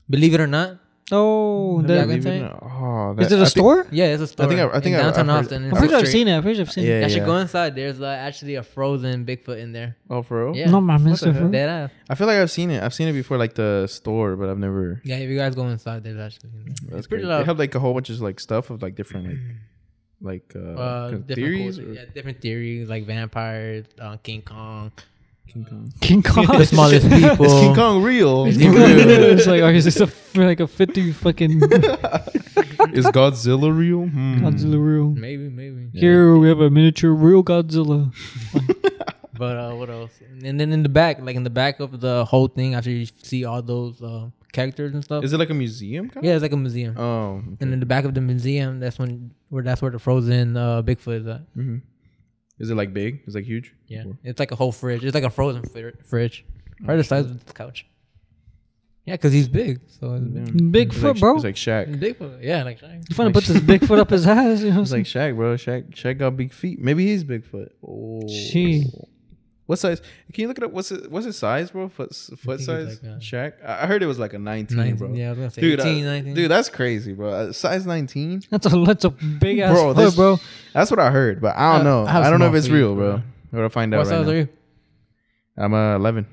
Believe it or not. Oh, Maybe I that, can Believe it say? or not- oh, that- is it I a think- store? Yeah, it's a store. think I- I in think I- I've downtown heard- Austin. I'm It's a pretty sure I've street. seen it. I'm pretty sure I've seen Yeah, it. I yeah. should go inside. There's like actually a frozen Bigfoot in there. Oh, for real? Yeah. No, my What the Mr. heck? Fro- Dead ass. I feel like I've seen it. I've seen it before, like the store, but I've never. Yeah, if you guys go inside, there's actually. in there. That's it's pretty crazy. loud. They have like a whole bunch of like stuff of like different (clears throat) like like uh, uh, kind of different theories. culture- or- yeah, different theories like vampires, uh, King Kong. King (laughs) Kong. The (laughs) smallest people. Is King (laughs) Kong real? Is King Kong- it's like, okay, is this a, like a 50 (laughs) fucking Is Godzilla real? (laughs) Hmm. Godzilla real? Maybe, maybe. Here we have a miniature real Godzilla. But uh, what else? And then in the back, like in the back of the whole thing, after you see all those uh, characters and stuff. Is it like a museum? Kind yeah, it's like a museum. Of? Oh. and in the back of the museum, that's when where that's where the frozen uh, Bigfoot is at. hmm Is it like big? Is it like huge? Yeah, Or- it's like a whole fridge. It's like a frozen fri- fridge, right the size of the couch. Yeah, cause he's big, so it's big. It's Bigfoot, like, bro. It's like Shaq. Bigfoot. Yeah, like Shaq. you finna put (laughs) this Bigfoot up his ass. You know, It's like Shaq, bro. Shaq, Shaq got big feet. Maybe he's Bigfoot. Oh. Gee. What size? Can you look it up? What's it? What's his size, bro? Foot foot it's size? like a- Shaq. I I heard it was like a nineteen, 19, bro. Yeah, I was gonna say Dude, 18, I- 19. dude, that's crazy, bro. Uh, Size nineteen. that's a that's a big ass Bro, bro, this- bro. That's what I heard, but I don't I- know. I have I, don't know if small it's feet, real, bro. bro. We're gonna find out what right size now. are you? I'm uh, eleven.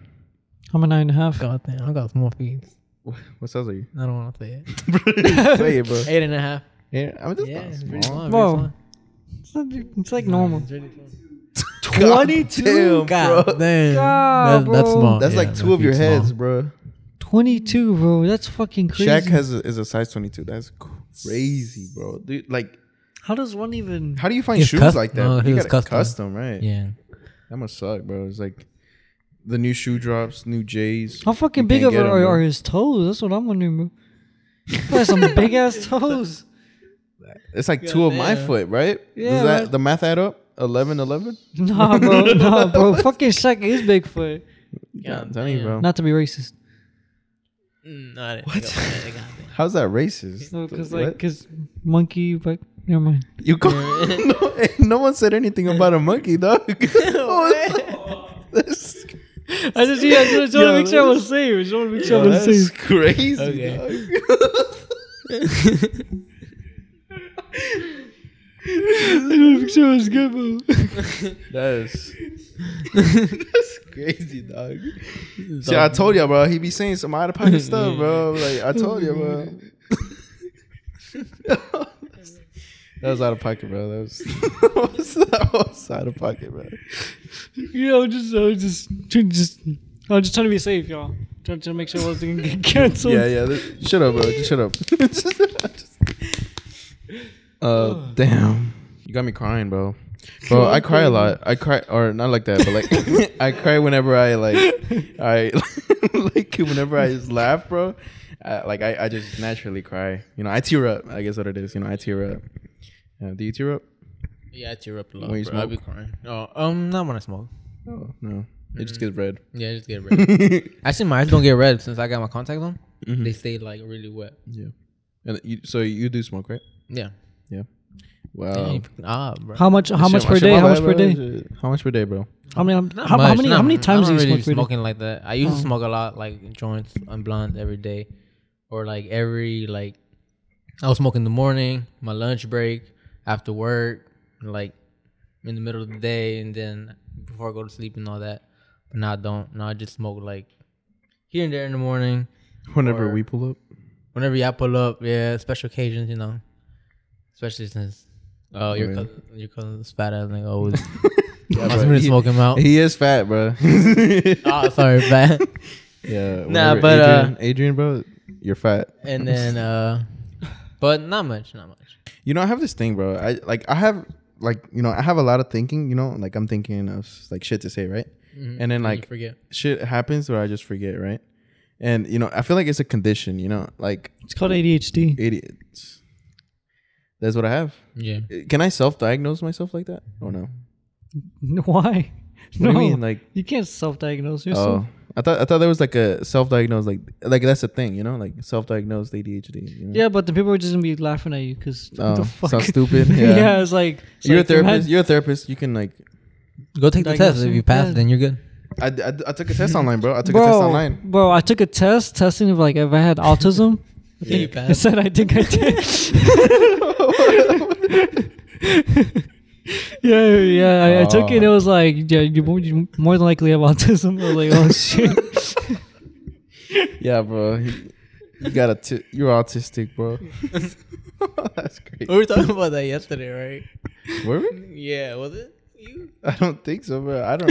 I'm a nine and a half. God damn, I got small feet. What size are (laughs) you? I don't want to say it. Say it, bro. Eight and a half. Yeah, I mean that's (laughs) Yeah, not it's small. pretty small. Whoa. Pretty small. It's, not- it's like normal. It's really (laughs) small. God 22? damn, God bro. damn. God, That- that's bro. small. That's Yeah, like that's two of your small. heads, bro. Twenty two, bro. That's fucking crazy. Shaq has a, is a size twenty two. That's crazy, bro. Dude, like, How does one even? how do you find He's shoes cus- like that? no, he you was gotta custom. right? Yeah. That must suck, bro. It's like the new shoe drops, new J's. How fucking You big can't of get 'em, are, bro. are his toes? That's what I'm wondering. (laughs) Bro. He has some big ass toes. It's like two of my Goddamn. foot, right? Yeah, Does that man. the math add up? 11, 11? Nah, bro. Nah, bro. fucking Shaq is Bigfoot. Yeah, I'm telling you, bro. Not to be racist. Mm, What? How's that racist? Because What? like, cause monkey. But never (laughs) mind. you call- no, hey, no one said anything about a monkey, (laughs) dog. (laughs) (laughs) that's, I just, yeah, I just want to Yo, make sure I was safe. I just want to make sure I was that's (laughs) safe. crazy. Okay. dog. I just want to make sure I was good, bro. (laughs) (laughs) That is that's crazy, dog. See, I told you, bro. He be saying some out of (laughs) pocket stuff, bro. Like I told you, bro. (laughs) that was out of pocket, bro. That was (laughs) that was out of pocket, bro. You know, just I was just trying just I was just trying to be safe, y'all. Trying to make sure I wasn't (laughs) gonna get canceled. Yeah, yeah. This, shut up, bro. Just shut (laughs) up. uh, damn. You got me crying, bro. Bro, I cry a lot. I cry, or not like that, but like (laughs) I cry whenever I like, I (laughs) like whenever I just laugh, bro. I, like I, I just naturally cry. You know, I tear up. I guess what it is. You know, I tear up. Uh, do you tear up? Yeah, I tear up a lot. When you bro. I'll be smoke? crying. Oh, um, not when I smoke. No, no. It just gets red. Yeah, I just (laughs) get red. Actually, my eyes don't get red since I got my contacts on. Mm-hmm. They stay like really wet. (laughs) yeah. And you, so you do smoke, right? Yeah. Yeah. Wow. Dang, ah, bro. How much? How much per day? How much per day? How much per day, bro? How many? Not How, how much, many? not- How many I times do don't you Mm. really smoke per day? smoking like that? I used to smoke a lot, like joints and blunts every day, or like every like I was smoking in the morning, my lunch break, after work, like in the middle of the day, and then before I go to sleep and all that. But now I don't. Now I just smoke like here and there in the morning, Whenever Or- we pull up. whenever y'all pull up. Yeah, special occasions, you know, especially since. Oh, your yeah. cousin, your cousin's fat ass nigga always (laughs) Yeah, wants bro. (laughs) me to He- smoke him out. He is fat, bro. oh, sorry, (laughs) fat. (laughs) yeah. Nah, whenever but, uh, Adrian, Adrian, bro, you're fat. (laughs) and then uh but not much not much You know, I have this thing, bro. I like, I have like, you know, I have a lot of thinking. You know, like I'm thinking of like shit to say, right? And then Mm-hmm. you like forget shit happens, or I just forget, right? And you know, I feel like it's a condition. You know, like It's called ADHD. idiots. That's what I have. yeah Can I self-diagnose myself like that? Oh no. (laughs) Why? What No, do you mean, like? you can't self-diagnose yourself. Oh, I thought I thought there was like a self-diagnosed like like that's a thing, you know, like self-diagnosed ADHD. You know? Yeah, but the people are just gonna be laughing at you because Oh, the fuck. (laughs) sounds stupid. yeah. Yeah. it's like it's you're like, a therapist. imagine- You're a therapist. You can like go take the test if Diagnosing, you pass yeah. then you're good I, I, I took a test online, bro. I took bro, a test online. Bro, I took a test testing if like if I had autism. I Yeah, you think- I passed. said I think I did. (laughs) yeah, yeah. I, I took it. It Oh. was like, yeah, you, mo- you more than likely have autism. I was like, oh shit. Yeah, bro. He- you got a t- you're autistic, bro. (laughs) That's great. We were talking about that yesterday, Were we? right? Yeah, was it you? I don't think so, bro. I don't.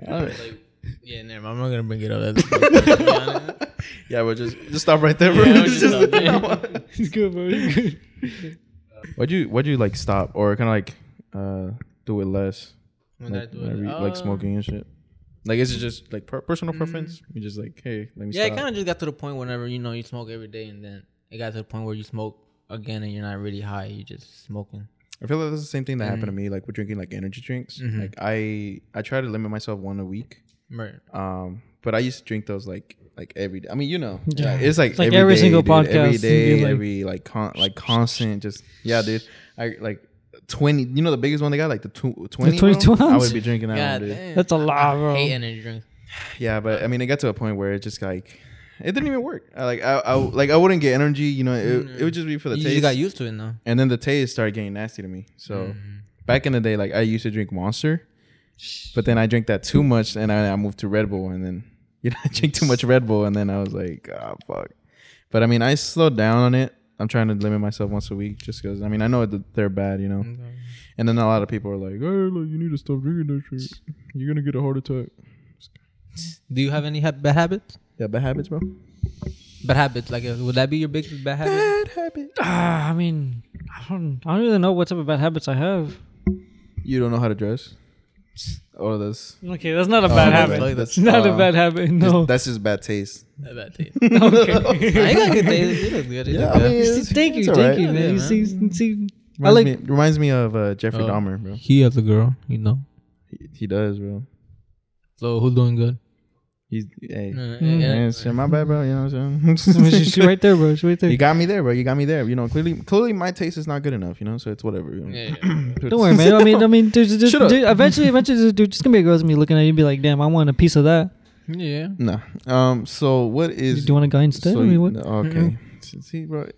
I don't Like, yeah, never mind. I'm not gonna bring it up. That's- to be honest. (laughs) yeah, but just just stop right there, bro. Yeah, just (laughs) Just- stop there. it's good, bro. It's good. why'd you why'd you like stop or kind of like uh do it less? When like, I do it, whenever you- uh, like smoking and shit. Like is it just like per- personal preference? You just like hey, let me. Yeah, it stop. kind of just got to the point whenever you know you smoke every day, and then it got to the point where you smoke again, and you're not really high. You're just smoking. I feel like that's the same thing that happened to me. Like with drinking like energy drinks. Mhm. Like I I try to limit myself one a week. Right. Um, but I used to drink those like like every day. I mean, you know, Yeah. yeah, it's like, It's like every day, single dude. every podcast, you day, like- every like con like constant, just yeah, dude. I like twenty. You know the biggest one they got like the two, 20 bro? 22 I ounce? would be drinking that God one, dude. damn. That's a lot, bro. hate energy drinks. Yeah, but I mean, it got to a point where it just like it didn't even work. I, like I, I like I wouldn't get energy. You know, it, it would just be for the You taste. just got used to it now. and then the taste started getting nasty to me. So back in the day, like I used to drink Monster, but then I drank that too much, and I, I moved to Red Bull, and then (laughs) you know I drank too much Red Bull, and then I was like, ah, fuck. But I mean, I slowed down on it. I'm trying to limit myself once a week, just because I mean I know that they're bad, you know. Mm-hmm. And then a lot of people are like, "Hey, look, you need to stop drinking that shit. You're gonna get a heart attack." Do you have any ha- bad habits? Yeah, bad habits, bro. Bad habits, like uh, would that be your biggest bad (laughs) habit? Bad habit. Ah, I mean, I don't, I don't even know what type of bad habits I have. You don't know how to dress, Oh, or this. Okay, that's not a Oh, bad that's- habit. that's- Not a uh, bad habit. No. (laughs) just- That's just bad taste. Not bad taste. (laughs) (laughs) I ain't got good taste. It looks good. It looks good. You see- thank you, it's thank alright. you, man. Yeah, you man. see, you (laughs) see, I Reminds, like. me, reminds me of uh, Jeffrey Oh. Dahmer, bro. He has a girl, you know. He, he does, bro. So who's doing good? He's hey, Mm. man, Yeah. it's my bad, bro. You know what (laughs) I'm she, saying? she (laughs) right there, bro. She right there. you got me there, bro. You got me there. You know, clearly, clearly, my taste is not good enough. You know, so it's whatever. You know? Yeah, (laughs) yeah. Don't worry, man. I mean, I mean, there's, there's, Shut up. dude, eventually, eventually, there's- dude, just gonna be a girl with me looking at you and be like, "Damn, I want a piece of that." yeah. Nah. Um. So what is? Do you want a guy instead? so I mean, you- what? no, okay. See, bro.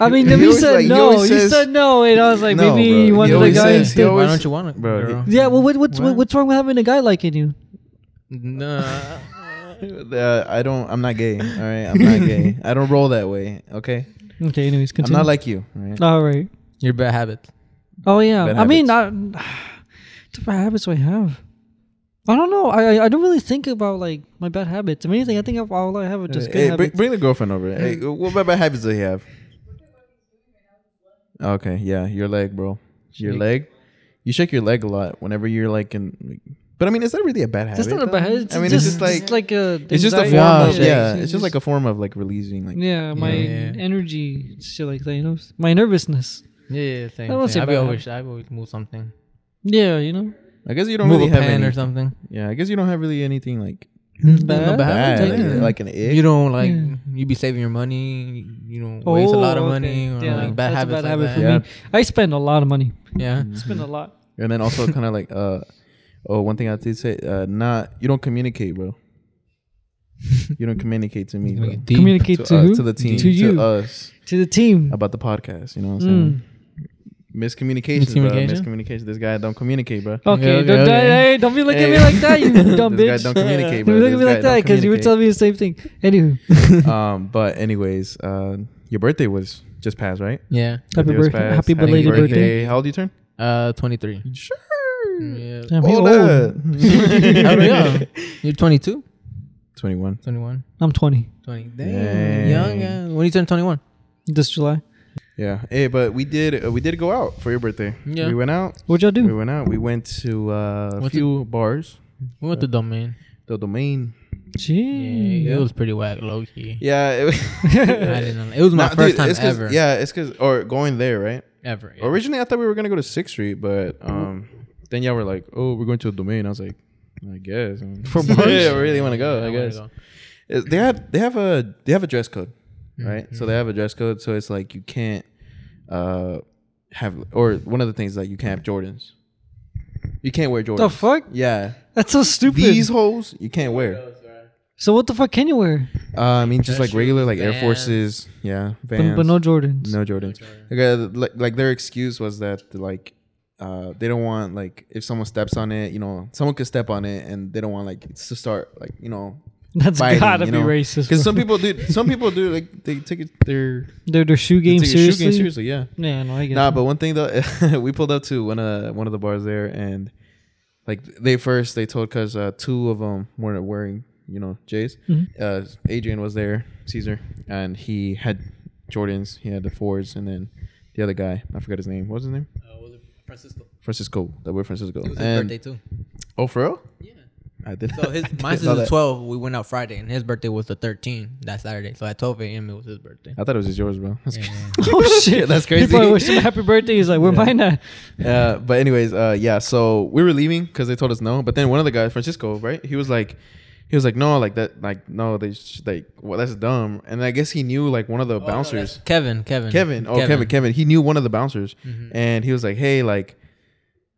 I mean, he you always said like- he no. always You says- said no, and I was like, No, maybe bro. He you wanted a always guy says- he instead. always- Why don't you want it, Bro, girl? Yeah. Well, what, what's What? what's wrong with having a guy liking you? Nah. Uh, I don't. I'm not gay. All right. (laughs) I'm not gay. I don't roll that way. Okay. Okay. Anyways, continue. I'm not like you. All right. All right. (laughs) Your bad habits. Oh yeah. Bad I mean, I, (sighs) the bad habits do I have. I don't know. I I- I don't really think about like my bad habits. If anything, I think I've, all I have are just good hey, bring, habits. bring the girlfriend over. Hey, what bad bad habits do you have? Okay, yeah, your leg, bro. Your Shake. leg. You shake your leg a lot whenever you're like in. But I mean, it's not really a bad habit. That's not a bad though. habit. I mean, just, it's just like like a. it's just a form anxiety. Yeah, of shake. yeah. It's just like a form of like releasing like. Yeah, my Yeah. energy, shit like that. You know, my nervousness. Yeah, yeah, same. I won't same. say I be bad always, I always move something. Yeah, you know. I guess you don't Move really a have pen any, or something. (laughs) Yeah, I guess you don't have really anything like Bad? bad, like, yeah. like an You ick. don't like Yeah. you be saving your money. You don't waste a lot of Oh, money okay. or Yeah, like that's bad a habits. bad like habit for that. Yeah. Mm-hmm. me. I spend a lot of money. Yeah. Spend a lot. And then also kind of like uh, oh, one thing I did say, uh, not you don't communicate, bro. you don't communicate to me, Like bro. deep. Communicate to, to, who? us, to the team, To to, uh, you. us To the team. about the podcast. You know what I'm Mm. saying? Miscommunication, Miscommunication? bro. Miscommunication. This guy don't communicate, bro. Okay, Yeah, don't, okay, don't- okay. hey, don't be looking at me Hey. like that, you (coughs) dumb (laughs) This guy bitch. don't communicate, bro. Don't look at This me like guy that don't because you were communicate. telling me the same thing. Anywho, um, but anyways, uh, your birthday was just passed, right? Yeah. happy Birthday was birthday, passed. happy belated birthday. How old you turn? Uh, twenty three. Sure. Yeah. Damn, he Old old. (laughs) Oh, yeah. (laughs) You're 22? 21. 21? I'm 20 20. Damn. Dang. Young, yeah. When you turn 21? this July. Yeah. Hey, but we did uh, we did go out for your birthday. Yeah. We went out. What'd y'all We do? went out. We went to uh, a What's few bars. We went to Domain. The domain. Yeah, Gee. It was pretty whack, low key. Yeah. It, (laughs) (laughs) I didn't know. It was my Nah, first dude, time it's 'cause- ever. Yeah, it's because or going there, right? Ever. yeah. Mm-hmm. Originally, I thought we were gonna go to Sixth Street, but um, then y'all were like, "Oh, we're going to a domain." I was like, "I guess." (laughs) For yeah, (laughs) brunch? I really want to go. Yeah, I wanna guess go. It- they had they have a they have a dress code, Mm-hmm. right? So they have a dress code, so it's like you can't uh have or one of the things is like you can't have Jordans. You can't wear Jordans. The fuck? Yeah. That's so stupid. These holes you can't wear. so what the fuck can you wear? Uh, I mean, just like regular, like Air Vans. Forces. Yeah, But, Vans. but no Jordans. No Jordans. Okay, like, like their excuse was that like uh, they don't want like if someone steps on it, you know, someone could step on it, and they don't want like it's to start like you know. That's biting, gotta you be know? racist. Because some bro. people do. Some people do like they take it their their their shoe they game take their shoe seriously. game seriously. Yeah. Yeah, no, I get Nah, it. (laughs) but (laughs) one thing though, we pulled up to one of one of the bars there, and like they first they told because uh, two of them weren't wearing you know J's. Mhm. Uh, Adrian was there, Caesar, and he had Jordans. He had the fours, and then the other guy, I forgot his name. What was his name? Uh, Francisco. Francisco. That boy Francisco. It was his and birthday too. oh, for real? Yeah. (laughs) I did. So his mine's is the 12. We went out Friday, and his birthday was the 13th. That Saturday. So at 12 a.m. it was (laughs) his birthday. I thought it was just yours, bro. That's crazy. oh shit, That's He probably crazy. wished him a happy birthday. He's like, where mine at? Uh, but anyways, uh, yeah. So we were leaving because they told us no. But then one of the guys, Francisco, right? He was like, he was like, no, like that, like no, they sh- like, well, that's dumb. And I guess he knew like one of Oh, the (laughs) bouncers, Kevin. Kevin. Kevin. Oh, Kevin. Kevin, He knew one of the bouncers, and he was like, hey, like,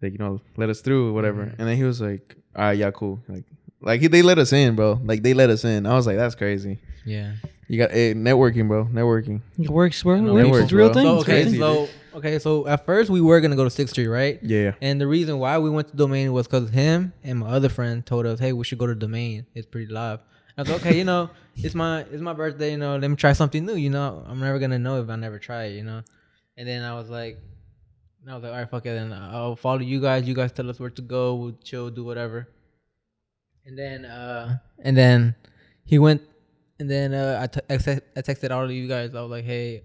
like you know, let us through, whatever. And then he was like, all right, yeah, cool. Like, like he, they let us in, bro. Like they let us in. I was like, that's crazy. Yeah. You got eh, networking, bro. Networking. It works, bro. It know, works. it it's works, real bro. thing. So It's okay, crazy. so okay, so at first we were gonna go to Sixth Street, right? Yeah. And the reason why we went to Domain was because him and my other friend told us, "Hey, we should go to Domain. It's pretty live." I was like, "Okay, you know, it's my it's my birthday. You know, let me try something new. You know, I'm never gonna know if I never try it. You know." And then I was like, "I was like, all right, fuck it. Then I'll follow you guys. You guys tell us where to go. We'll chill, do whatever." And then uh and then he went and then uh I, t- I tex- I texted all of you guys. I was like, "Hey,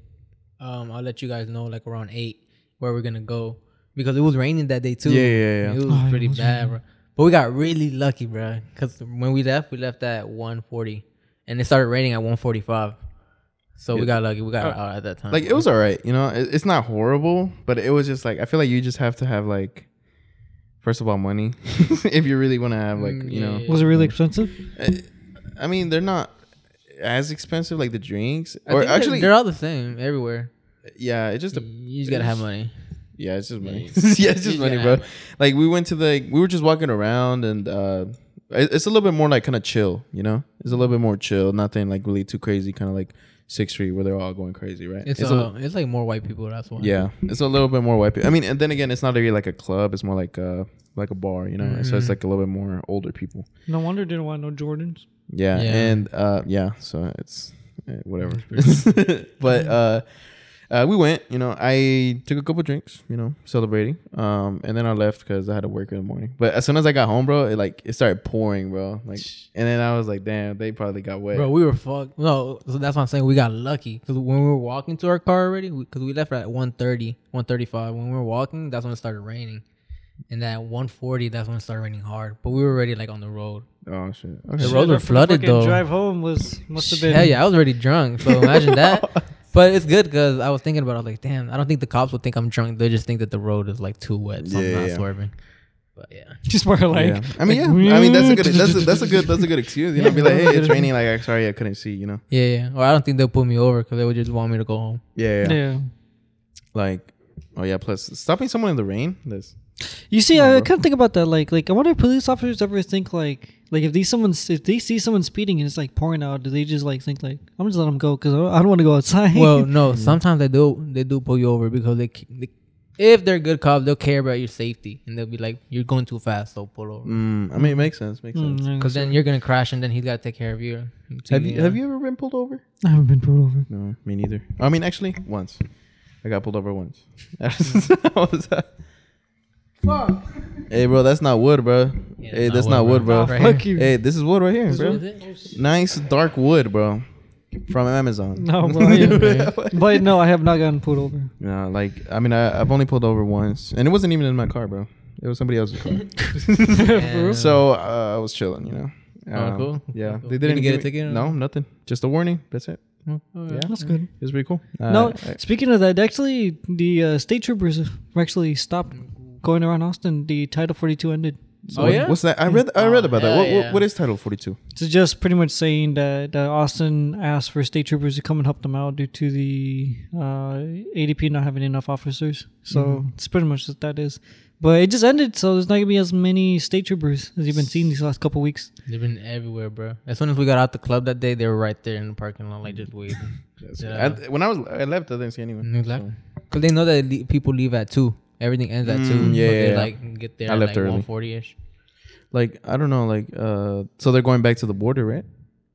um I'll let you guys know like around 8 where we're going to go because it was raining that day too." Yeah, yeah, yeah. It was Oh, it pretty was bad, bro. But we got really lucky, bro, cuz when we left, we left at 1:40 and it started raining at 1:45. So we Yeah. Uh, got lucky. We got out at that time. like it bro. was all right you know it, it's not horrible but it was just like i feel like you just have to have like first of all money (laughs) if you really want to have like Mm, you know Eh, yeah, was it really expensive? i mean they're not as expensive like the drinks I or think they're- actually they're all the same everywhere. yeah it just You just got to have money. yeah it's just money Yeah. (laughs) yeah it's You just money gotta bro have money. like we went to the we were just walking around and uh it- it's a little bit more like kind of chill you know it's a little bit more chill nothing like really too crazy kind of like sixth street where they're all going crazy right It's, a uh, it's like more white people. That's why. Yeah, it's a little bit more white. people. I mean, and then again, it's not really like a club. It's more like a like a bar, you know. So it's like a little bit more older people. No wonder didn't want no Jordans. Yeah, Yeah. and uh, yeah, so it's eh, whatever. (laughs) but uh, uh, we went. You know, I took a couple drinks. You know, celebrating. Um, and then I left because I had to work in the morning. But as soon as I got home, bro, it like it started pouring, bro. Like, and then I was like, damn, they probably got wet. Bro, we were fucked. No, so that's what I'm saying. We got lucky because when we were walking to our car already, because we, left at 1.30, 1.35. When we were walking, that's when it started raining, and at 1.40, that's when it started raining hard. But we were already like on the road. oh shit. The Okay. roads were Shit, the flooded, fucking though. Drive home was must have been. Hell yeah, I was already drunk. (laughs) So imagine that. But it's good because I was thinking about. it. I was like, damn, I don't think the cops will think I'm drunk. They just think that the road is like too wet, so Yeah, I'm not yeah. swerving. But yeah, Just more like. yeah. I mean, yeah. I mean, that's a good. That's a, that's a good. That's a good excuse. You know, be like, hey, it's raining. Like, I'm sorry, I couldn't see. You know. yeah, yeah. Or I don't think they'll pull me over because they would just want me to go home. Yeah, yeah. yeah. Like, oh yeah. Plus, stopping someone in the rain. That's You see, No, I bro. kind of think about that. Like, like I wonder if police officers ever think like, like if these someone's if they see someone speeding and it's like pouring out, do they just like think like, I'm just let them go because I don't, want to go outside. (laughs) (laughs) Well, no. Sometimes they do. They do pull you over because they, c- they if they're good cops, they'll care about your safety and they'll be like, "You're going too fast, so pull over." mm, I mean, it makes sense. Makes sense. Mm, Because then you're gonna crash, and then he's gotta take care of you. Have you have you ever been pulled over? I haven't been pulled over. No, me neither. I mean, actually, once I got pulled over once. (laughs) What was that? Hey, bro, that's not wood, bro. Yeah, hey, that's not wood, bro. Right Right Fuck you. Hey, this is wood right Uh, here, bro. Is (laughs) it? Nice dark wood, bro, from Amazon. (laughs) No, bro. I haven't. (laughs) but no, I have not gotten pulled over. No, like I mean, I, I've only pulled over once, and it wasn't even in my car, bro. It was somebody else's car. So uh, I was chilling, you know. Um, Oh, cool. Yeah, Cool. they You didn't didn't get give a ticket or No, nothing. Just a warning. That's it. Yeah, That's good. It was pretty cool. Uh, No, I- speaking of that, actually, the uh, state troopers were actually stopped going around Austin. The Title 42 ended. oh yeah. What's that? I read. I read about that. hell What, yeah. what, what is Title Forty Two? It's just pretty much saying that, that Austin asked for state troopers to come and help them out due to Mm-hmm. the uh, ADP not having enough officers. So it's pretty much what that is. But it just ended, so there's not gonna be as many state troopers as you've been seeing these last couple weeks. They've been everywhere, bro. As soon as we got out the club that day, they were right there in the parking lot, like just (laughs) waiting. I, when I was I left, I didn't see anyone. And they're like- so. Cause they know that le- people leave at two. Everything ends at two. Mm, yeah, so they, yeah, yeah. like get there. I at left like early. one forty ish. Like I don't know, like uh, so they're going back to the border, right?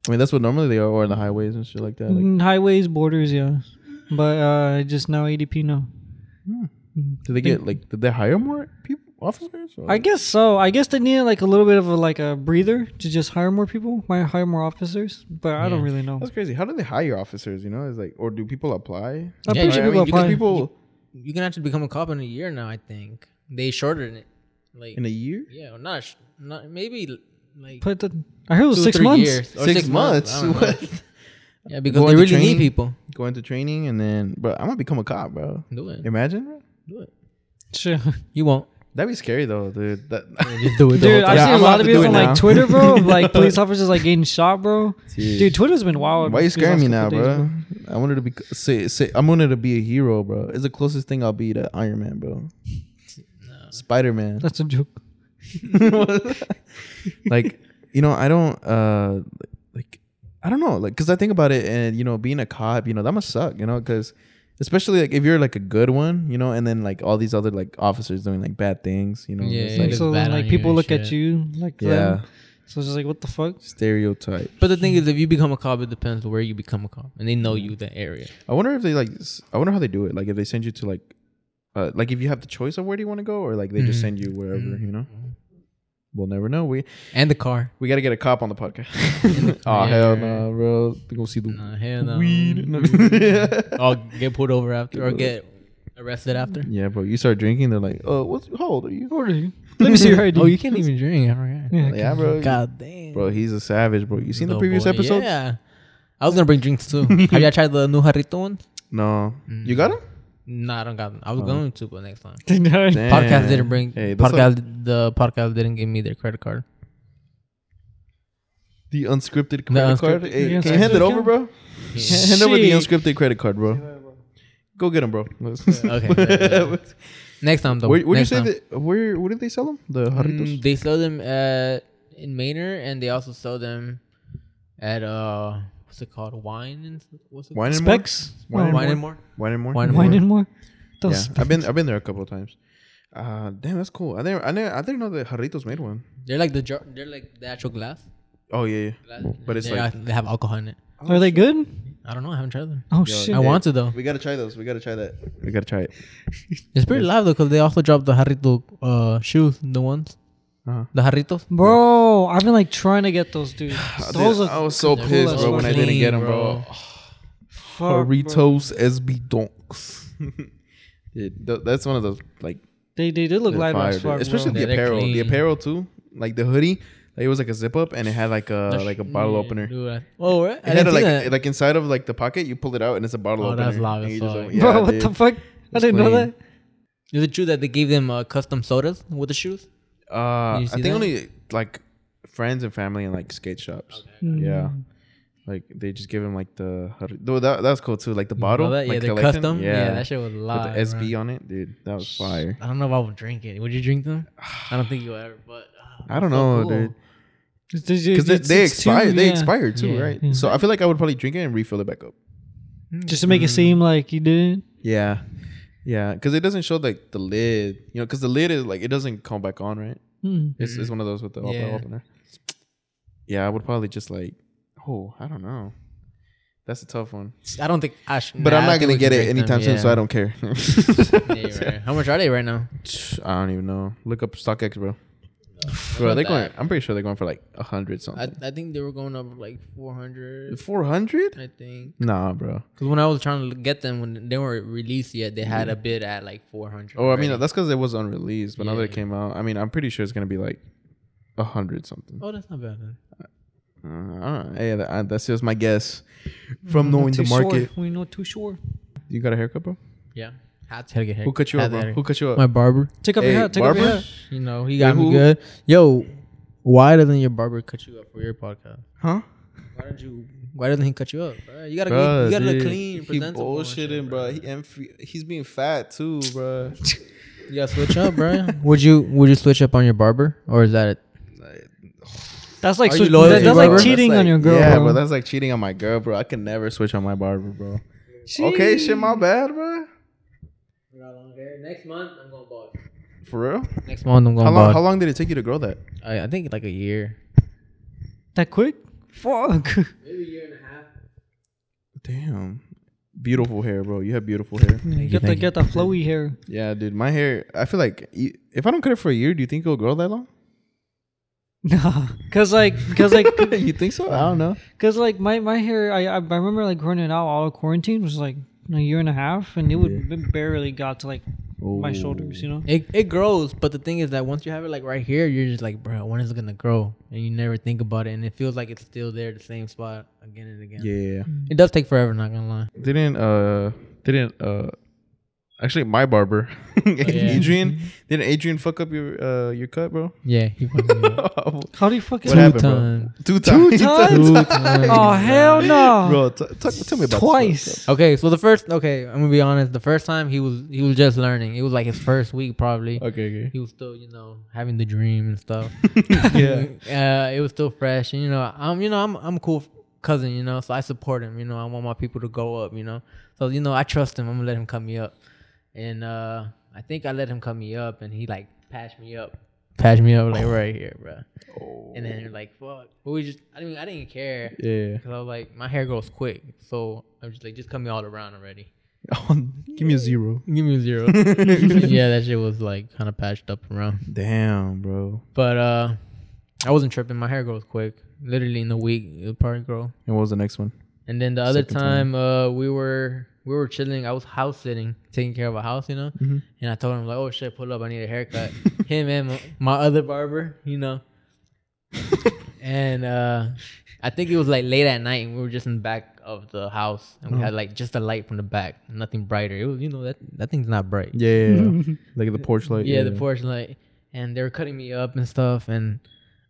I mean, that's what normally they are, or the highways and shit like that. Like, Mm, highways, borders, yeah. But uh, just now ADP no. did they Mm-hmm. get like did they hire more people officers? Or? I guess so. I guess they needed like a little bit of a like a breather to just hire more people, might hire more officers. But I don't Yeah. really know. that's crazy. How do they hire officers? You know, it's like, or do people apply? I'm Yeah, pretty you- sure I mean, people because apply. people You can actually become a cop in a year now. I think they shortened it. Like in a year. yeah, or not, sh- not maybe l- like Put the, I heard it was two, six three months. years or Six I months. don't (laughs) know. What? Yeah, because Going they to really need training? people. Going to training and then, bro, I'm gonna become a cop, bro. Do it. Imagine, bro. Do it. Sure. You won't. That'd be scary though, dude. (laughs) That, Just do it. Dude, I've Yeah, seen I'm a about lot to of do videos it on now. like Twitter, bro, of, like police officers like getting shot, bro. Dude. Dude, Twitter's been wild. (laughs) Why you these scaring last me now, couple days, bro? I wanted to be say, say I'm wanted to be a hero, bro. It's the closest thing I'll be to Iron Man, bro. Spider (laughs) Man. That's a joke. like, you know, I don't uh like I don't know, like cuz I think about it and you know, being a cop, you know, that must suck, you know, cuz especially like if you're like a good one, you know, and then like all these other like officers doing like bad things, you know, Yeah, it's yeah, like looks so bad then, on like you people and look at shit. you like yeah, them. So it's just like what the (laughs) fuck? stereotype. But the thing is, if you become a cop, it depends where you become a cop, and they know you that area. I wonder if they like. s- I wonder how they do it. Like if they send you to like, uh, like if you have the choice of where do you want to go, or like they just Mhm. send you wherever. Mhm. You know, we'll never know. We And the car. we gotta get a cop on the (laughs) podcast. oh car, hell yeah. no, bro. They gonna see the Nah, hell no. weed. (laughs) (laughs) I'll get pulled over after, or Get get arrested after. yeah, bro. You start drinking, they're like, "Oh, what's how old are you?" What are you? Let me see your ID. Oh, you (laughs) can't even drink. I forgot. Yeah, Yeah, bro. God damn. Bro, he's a savage, bro. You seen the Little previous boy. episode? Yeah. I was gonna bring drinks (laughs) too. Have y'all tried the new jarrito one? Oh. No, Mm. you got him. No, I don't got. Them. I was going to, but next time. okay. Podcast didn't bring. Hey, that's podcast the podcast didn't give me their credit card. the unscripted credit card. unscripted- Hey, the can you hand unscripted it over, card? bro? Hand over the Shit. unscripted credit card, bro. Go get him, bro. (laughs) (laughs) okay. yeah, yeah. (laughs) Next time though. Where would you next say time. that? Where where did they sell them? The Mm, jarritos. they sell them at in Manor, and they also sell them at uh, what's it called? Wine and what's it? wine and more. Specs. Wine Wine, and called? Wine and more. Wine and more. Wine and and wine more. and more. Yeah, (laughs) Those I've been I've been there a couple of times. Uh, damn, that's cool. I didn't I didn't, I didn't know that jarritos made one. They're like the jar. They're like the actual glass. Oh yeah, yeah. glass But it's they like are- they have alcohol in it. Are they good? I don't know. I haven't tried them. Oh shit. I want to though. we gotta try those. We gotta try that. We gotta try it. It's pretty live though, cause they also dropped the jarrito uh shoes, the ones, Uh-huh. the jarritos. Bro, I've been like trying to get those dudes. Those (sighs) Dude, are I was so cool pissed, as bro, when I fuck. didn't get them, Clean, bro. Fuck, bro. Jarritos SB Donks. (laughs) Dude, th- that's one of those like They they did look they're light fire, as dude. fuck. especially bro. Yeah, the they're apparel. The clean. apparel too, like the hoodie. Like, it was like a zip up, and it had like a The like a sh- bottle yeah, opener. dude, I- Oh, right. I It had didn't a, see like that. like inside of like the pocket, you pull it out and it's a bottle Oh, opener. that's live And as you just fuck. like, yeah, bro, what dude. the fuck? I It's didn't know clean. that. Is it true that they gave them uh, custom sodas with the shoes? Uh, Did I you see think that? only like friends and family and like skate shops. Yeah. Mm. Like they just give him like the though that that was cool too like the bottle Know that? Yeah, like the collection. custom. Yeah. yeah, that shit was live. with the SB bro. on it dude that was fire I don't know if I would drink it. Would you drink (sighs) them? I don't think you would ever. But uh, I don't so know cool. dude It's- it's- because they, it's- they it's too- expired they yeah. expired too Yeah. right Yeah. so I feel like I would probably drink it and refill it back up Just to make it seem like you did. yeah yeah because it doesn't show like the lid you know because the lid is like it doesn't come back on right Mm. It's, it's one of those with the open Mm-hmm. Yeah. opener. Yeah, I would probably just like, oh, I don't know. That's a tough one. I don't think I should. But nah, I'm I not think gonna we get should it drink anytime them, soon, so yeah. I don't care. (laughs) Yeah, you're right. How much are they right now? I don't even know. Look up StockX, bro. Bro, Not they're going. that. I'm pretty sure they're going for like a hundred something. I, I think they were going up like 400. Four hundred? I think. Nah, bro. Because when I was trying to get them, when they weren't released yet, they had a bid at like 400. Oh, I mean already. that's because it was unreleased. But now that it Yeah. came out, I mean, I'm pretty sure it's gonna be like a hundred something. Oh, that's not bad. Then. Uh, I don't know. Hey, that, I, that's just my guess from knowing the Too sure. market. We're not too sure. You got a haircut, bro? Yeah. Had to get hair. Who cut you up, bro? Who cut you up? My barber. Take up Hey, your hat. Take up your barber? hat. You know, he got who? me good. Yo, why doesn't your barber cut you up for your podcast? Huh? Why don't you? Why doesn't he cut you up? Bro? You gotta, Bruh, you gotta look dude, clean. He presentable and shit, bullshitting, bro. He and he's being fat too, bro. You gotta switch up, bro. (laughs) would you would you switch up on your barber or is that it? That's like Are so, you that- loyal to that's your like barber? cheating That's on like- your girl. Yeah, bro. but that's like cheating on my girl, bro. I can never switch on my barber, bro. Okay, shit, my bad, bro. Next month I'm going bald. For real? Next month I'm going How long? bald. How long did it take you to grow that? I, I think like a year, that quick. (laughs) Fuck. maybe a year and a half. Damn, beautiful hair, bro. You have beautiful (laughs) hair. you, get the thank get the flowy hair. (laughs) yeah, dude, my hair. I feel like e- if I don't cut it for a year, do you think it'll grow that long? Nah, cause like, cause like, (laughs) you think so? I don't know. cause like my my hair. I I I remember like growing it out all of quarantine was like a year and a half, and it would it barely got to like my shoulders. You know. It it grows, but the thing is that once you have it like right here, you're just like, bro, when is it gonna grow? And you never think about it, and it feels like it's still there, the same spot again and again. Yeah. It does take forever, not gonna lie. Didn't uh didn't uh actually my barber (laughs) Oh, Mm-hmm. Adrian didn't Adrian fuck up your uh your cut, bro? Yeah, he fucking How do you fucking? What happened, bro? times. (laughs) (laughs) Two times. times? (laughs) Oh hell no! Bro, t- t- tell me about Twice. Okay, so the first okay, I'm gonna be honest. The first time he was he was just learning. It was like his first week probably. Okay, He was still you know having the dream and stuff. (laughs) okay. (laughs) yeah. uh, it was still fresh, and you know I'm you know I'm I'm a cool cousin, you know, so I support him. You know, I want my people to go up. You know, so you know I trust him. I'm gonna let him cut me up, and uh I think I let him cut me up, and he like patched me up, patched me up like right here, bro. And then you're like fuck, but we just I mean I didn't care. Yeah. Cause I was like, my hair grows quick, so I'm just like, just cut me all around already. (laughs) Give me a zero. Give me a zero. (laughs) yeah, that shit was like kind of patched up around, Damn, bro. but uh, I wasn't tripping. My hair grows quick. Literally in a week, it'll probably grow. And what was the next one? And then the other Second time, uh, we were we were chilling. I was house sitting, taking care of a house, you know. And I told him like, oh shit, pull up. I need a haircut. (laughs) Him and my, my other barber, you know. and uh, I think it was like late at night, and we were just in the back of the house, and we had like just a light from the back, nothing brighter. It was you know that that thing's not bright. Yeah, yeah, (laughs) yeah. like the porch light. Yeah, the porch light, and they were cutting me up and stuff, and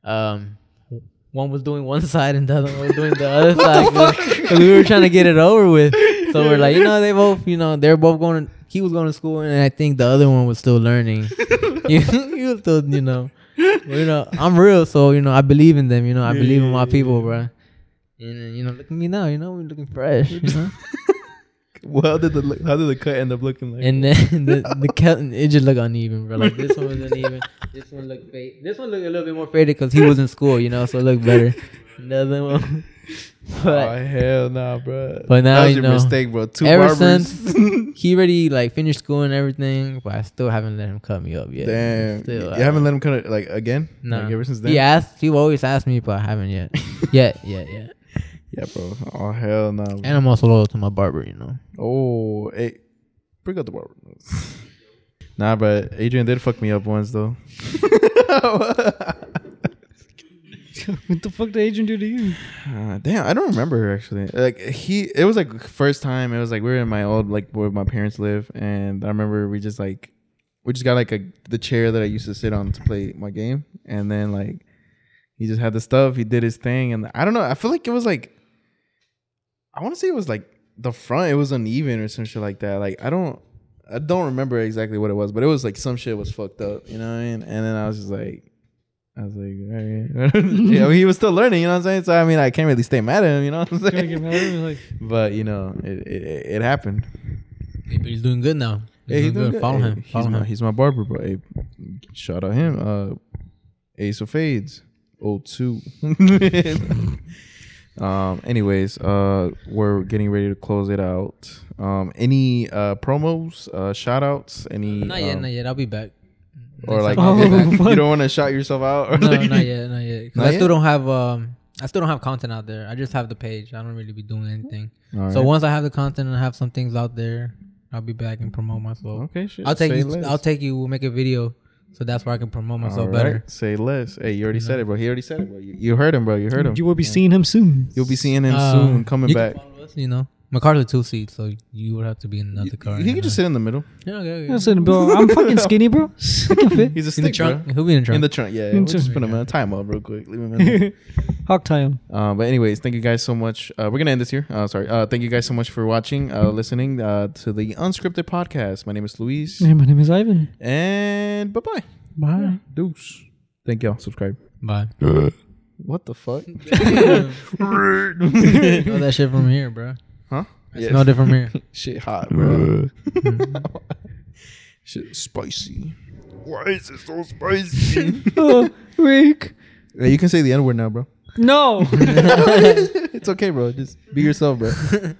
um, w- one was doing one (laughs) side and the other one was doing the other side, (laughs) because we were trying to get it over with. So we're like, you know, they both, you know, they're both going. To, he was going to school, and I think the other one was still learning. (laughs) you, you was still, you know, you know, I'm real, so you know, I believe in them. You know, I believe in my people, bro. And then, you know, look at me now. You know, we're looking fresh. you know? Well, how did the li- how did the cut end up looking like? And then (laughs) the, the cat, it just looked uneven, bro. Like (laughs) this one was uneven. This one looked fade. This one looked a little bit more faded because he was in school, you know, so it (laughs) looked better. The other one. But (laughs) oh hell nah, bro. But now that was you your know. mistake, bro. Two ever barbers. (laughs) since he already like finished school and everything, but I still haven't let him cut me up yet. Damn, Still, you I- haven't let him cut it like again. No. like, ever since then. He asked. He always asked me, but I (laughs) haven't yet. yet, yet, yet. yeah, bro. Oh hell no. Nah. And I'm also loyal to my barber, you know. Oh, hey, bring out the barber. (laughs) nah, but Adrian did fuck me up once (laughs) though. (laughs) (laughs) what the fuck did Adrian do to (laughs) you? Uh, damn, I don't remember her actually. Like he, it was like first time. It was like we were in my old like where my parents live, and I remember we just like we just got like a the chair that I used to sit on to play my game, and then like he just had the stuff. He did his thing, and I don't know. I feel like it was like I want to say it was like the front. It was uneven or some shit like that. Like I don't. I don't remember exactly what it was, but it was like some shit was fucked up, you know. what I mean? and then I was just like, I was like, all right. (laughs) yeah, well, he was still learning, you know what I'm saying? So I mean, I can't really stay mad at him, you know what I'm Gonna get saying? mad at him, like, But you know, it it, it- it happened. Hey, but he's doing good now. He's Hey, doing good. Follow Hey, him. He's Follow my him. he's my barber, bro. Hey, shout out him. Uh, Ace of Fades, O two. (laughs) um. Anyways, uh, we're getting ready to close it out. Um, any uh promos, uh, shout outs, any Not yet, um, not yet. I'll be back. or like (laughs) Next time I'll be Oh, back. you don't want to shout yourself out or (laughs) no, like, not yet, not yet. 'Cause Not I still yet? don't have um, I still don't have content out there. I just have the page. I don't really be doing anything. All So right. once I have the content and I have some things out there, I'll be back and promote myself. Okay, shit. I'll take say you. less. I'll take you. We'll make a video, so that's where I can promote myself All better. right, Say less. Hey, you already said it, bro. He already (laughs) said it, bro. You, you heard him, bro. You heard him. You will be seeing him soon. You'll be seeing him Uh, soon coming you back. Can follow us, you know, My car's a two seat, so you would have to be in another car. He could just sit in the middle. Yeah, okay, okay. You know, sitting, bro, I'm (laughs) fucking skinny, bro. I can fit. He's a stick, in the bro. trunk. He'll be in the trunk. In the trunk, yeah. In we'll the just trunk. put him in a time up real quick. Leave him in (laughs) there. Hog tie him. (laughs) Uh, but anyways, thank you guys so much. Uh, we're gonna end this here. Uh, sorry. Uh, thank you guys so much for watching, uh, listening uh, to the unscripted podcast. My name is Luis, Hey, my name is Ivan. and bye bye. Bye. Deuce. Thank y'all. Subscribe. (laughs) Bye. What the (laughs) fuck? (laughs) Know that shit from here, bro. Huh? It's no different from here. (laughs) Shit hot, bro. (laughs) Shit spicy. Why is it so (laughs) spicy? Oh, Rick. (laughs) you (laughs) can say the N word now, bro. No. It's okay, bro. Just be yourself, bro.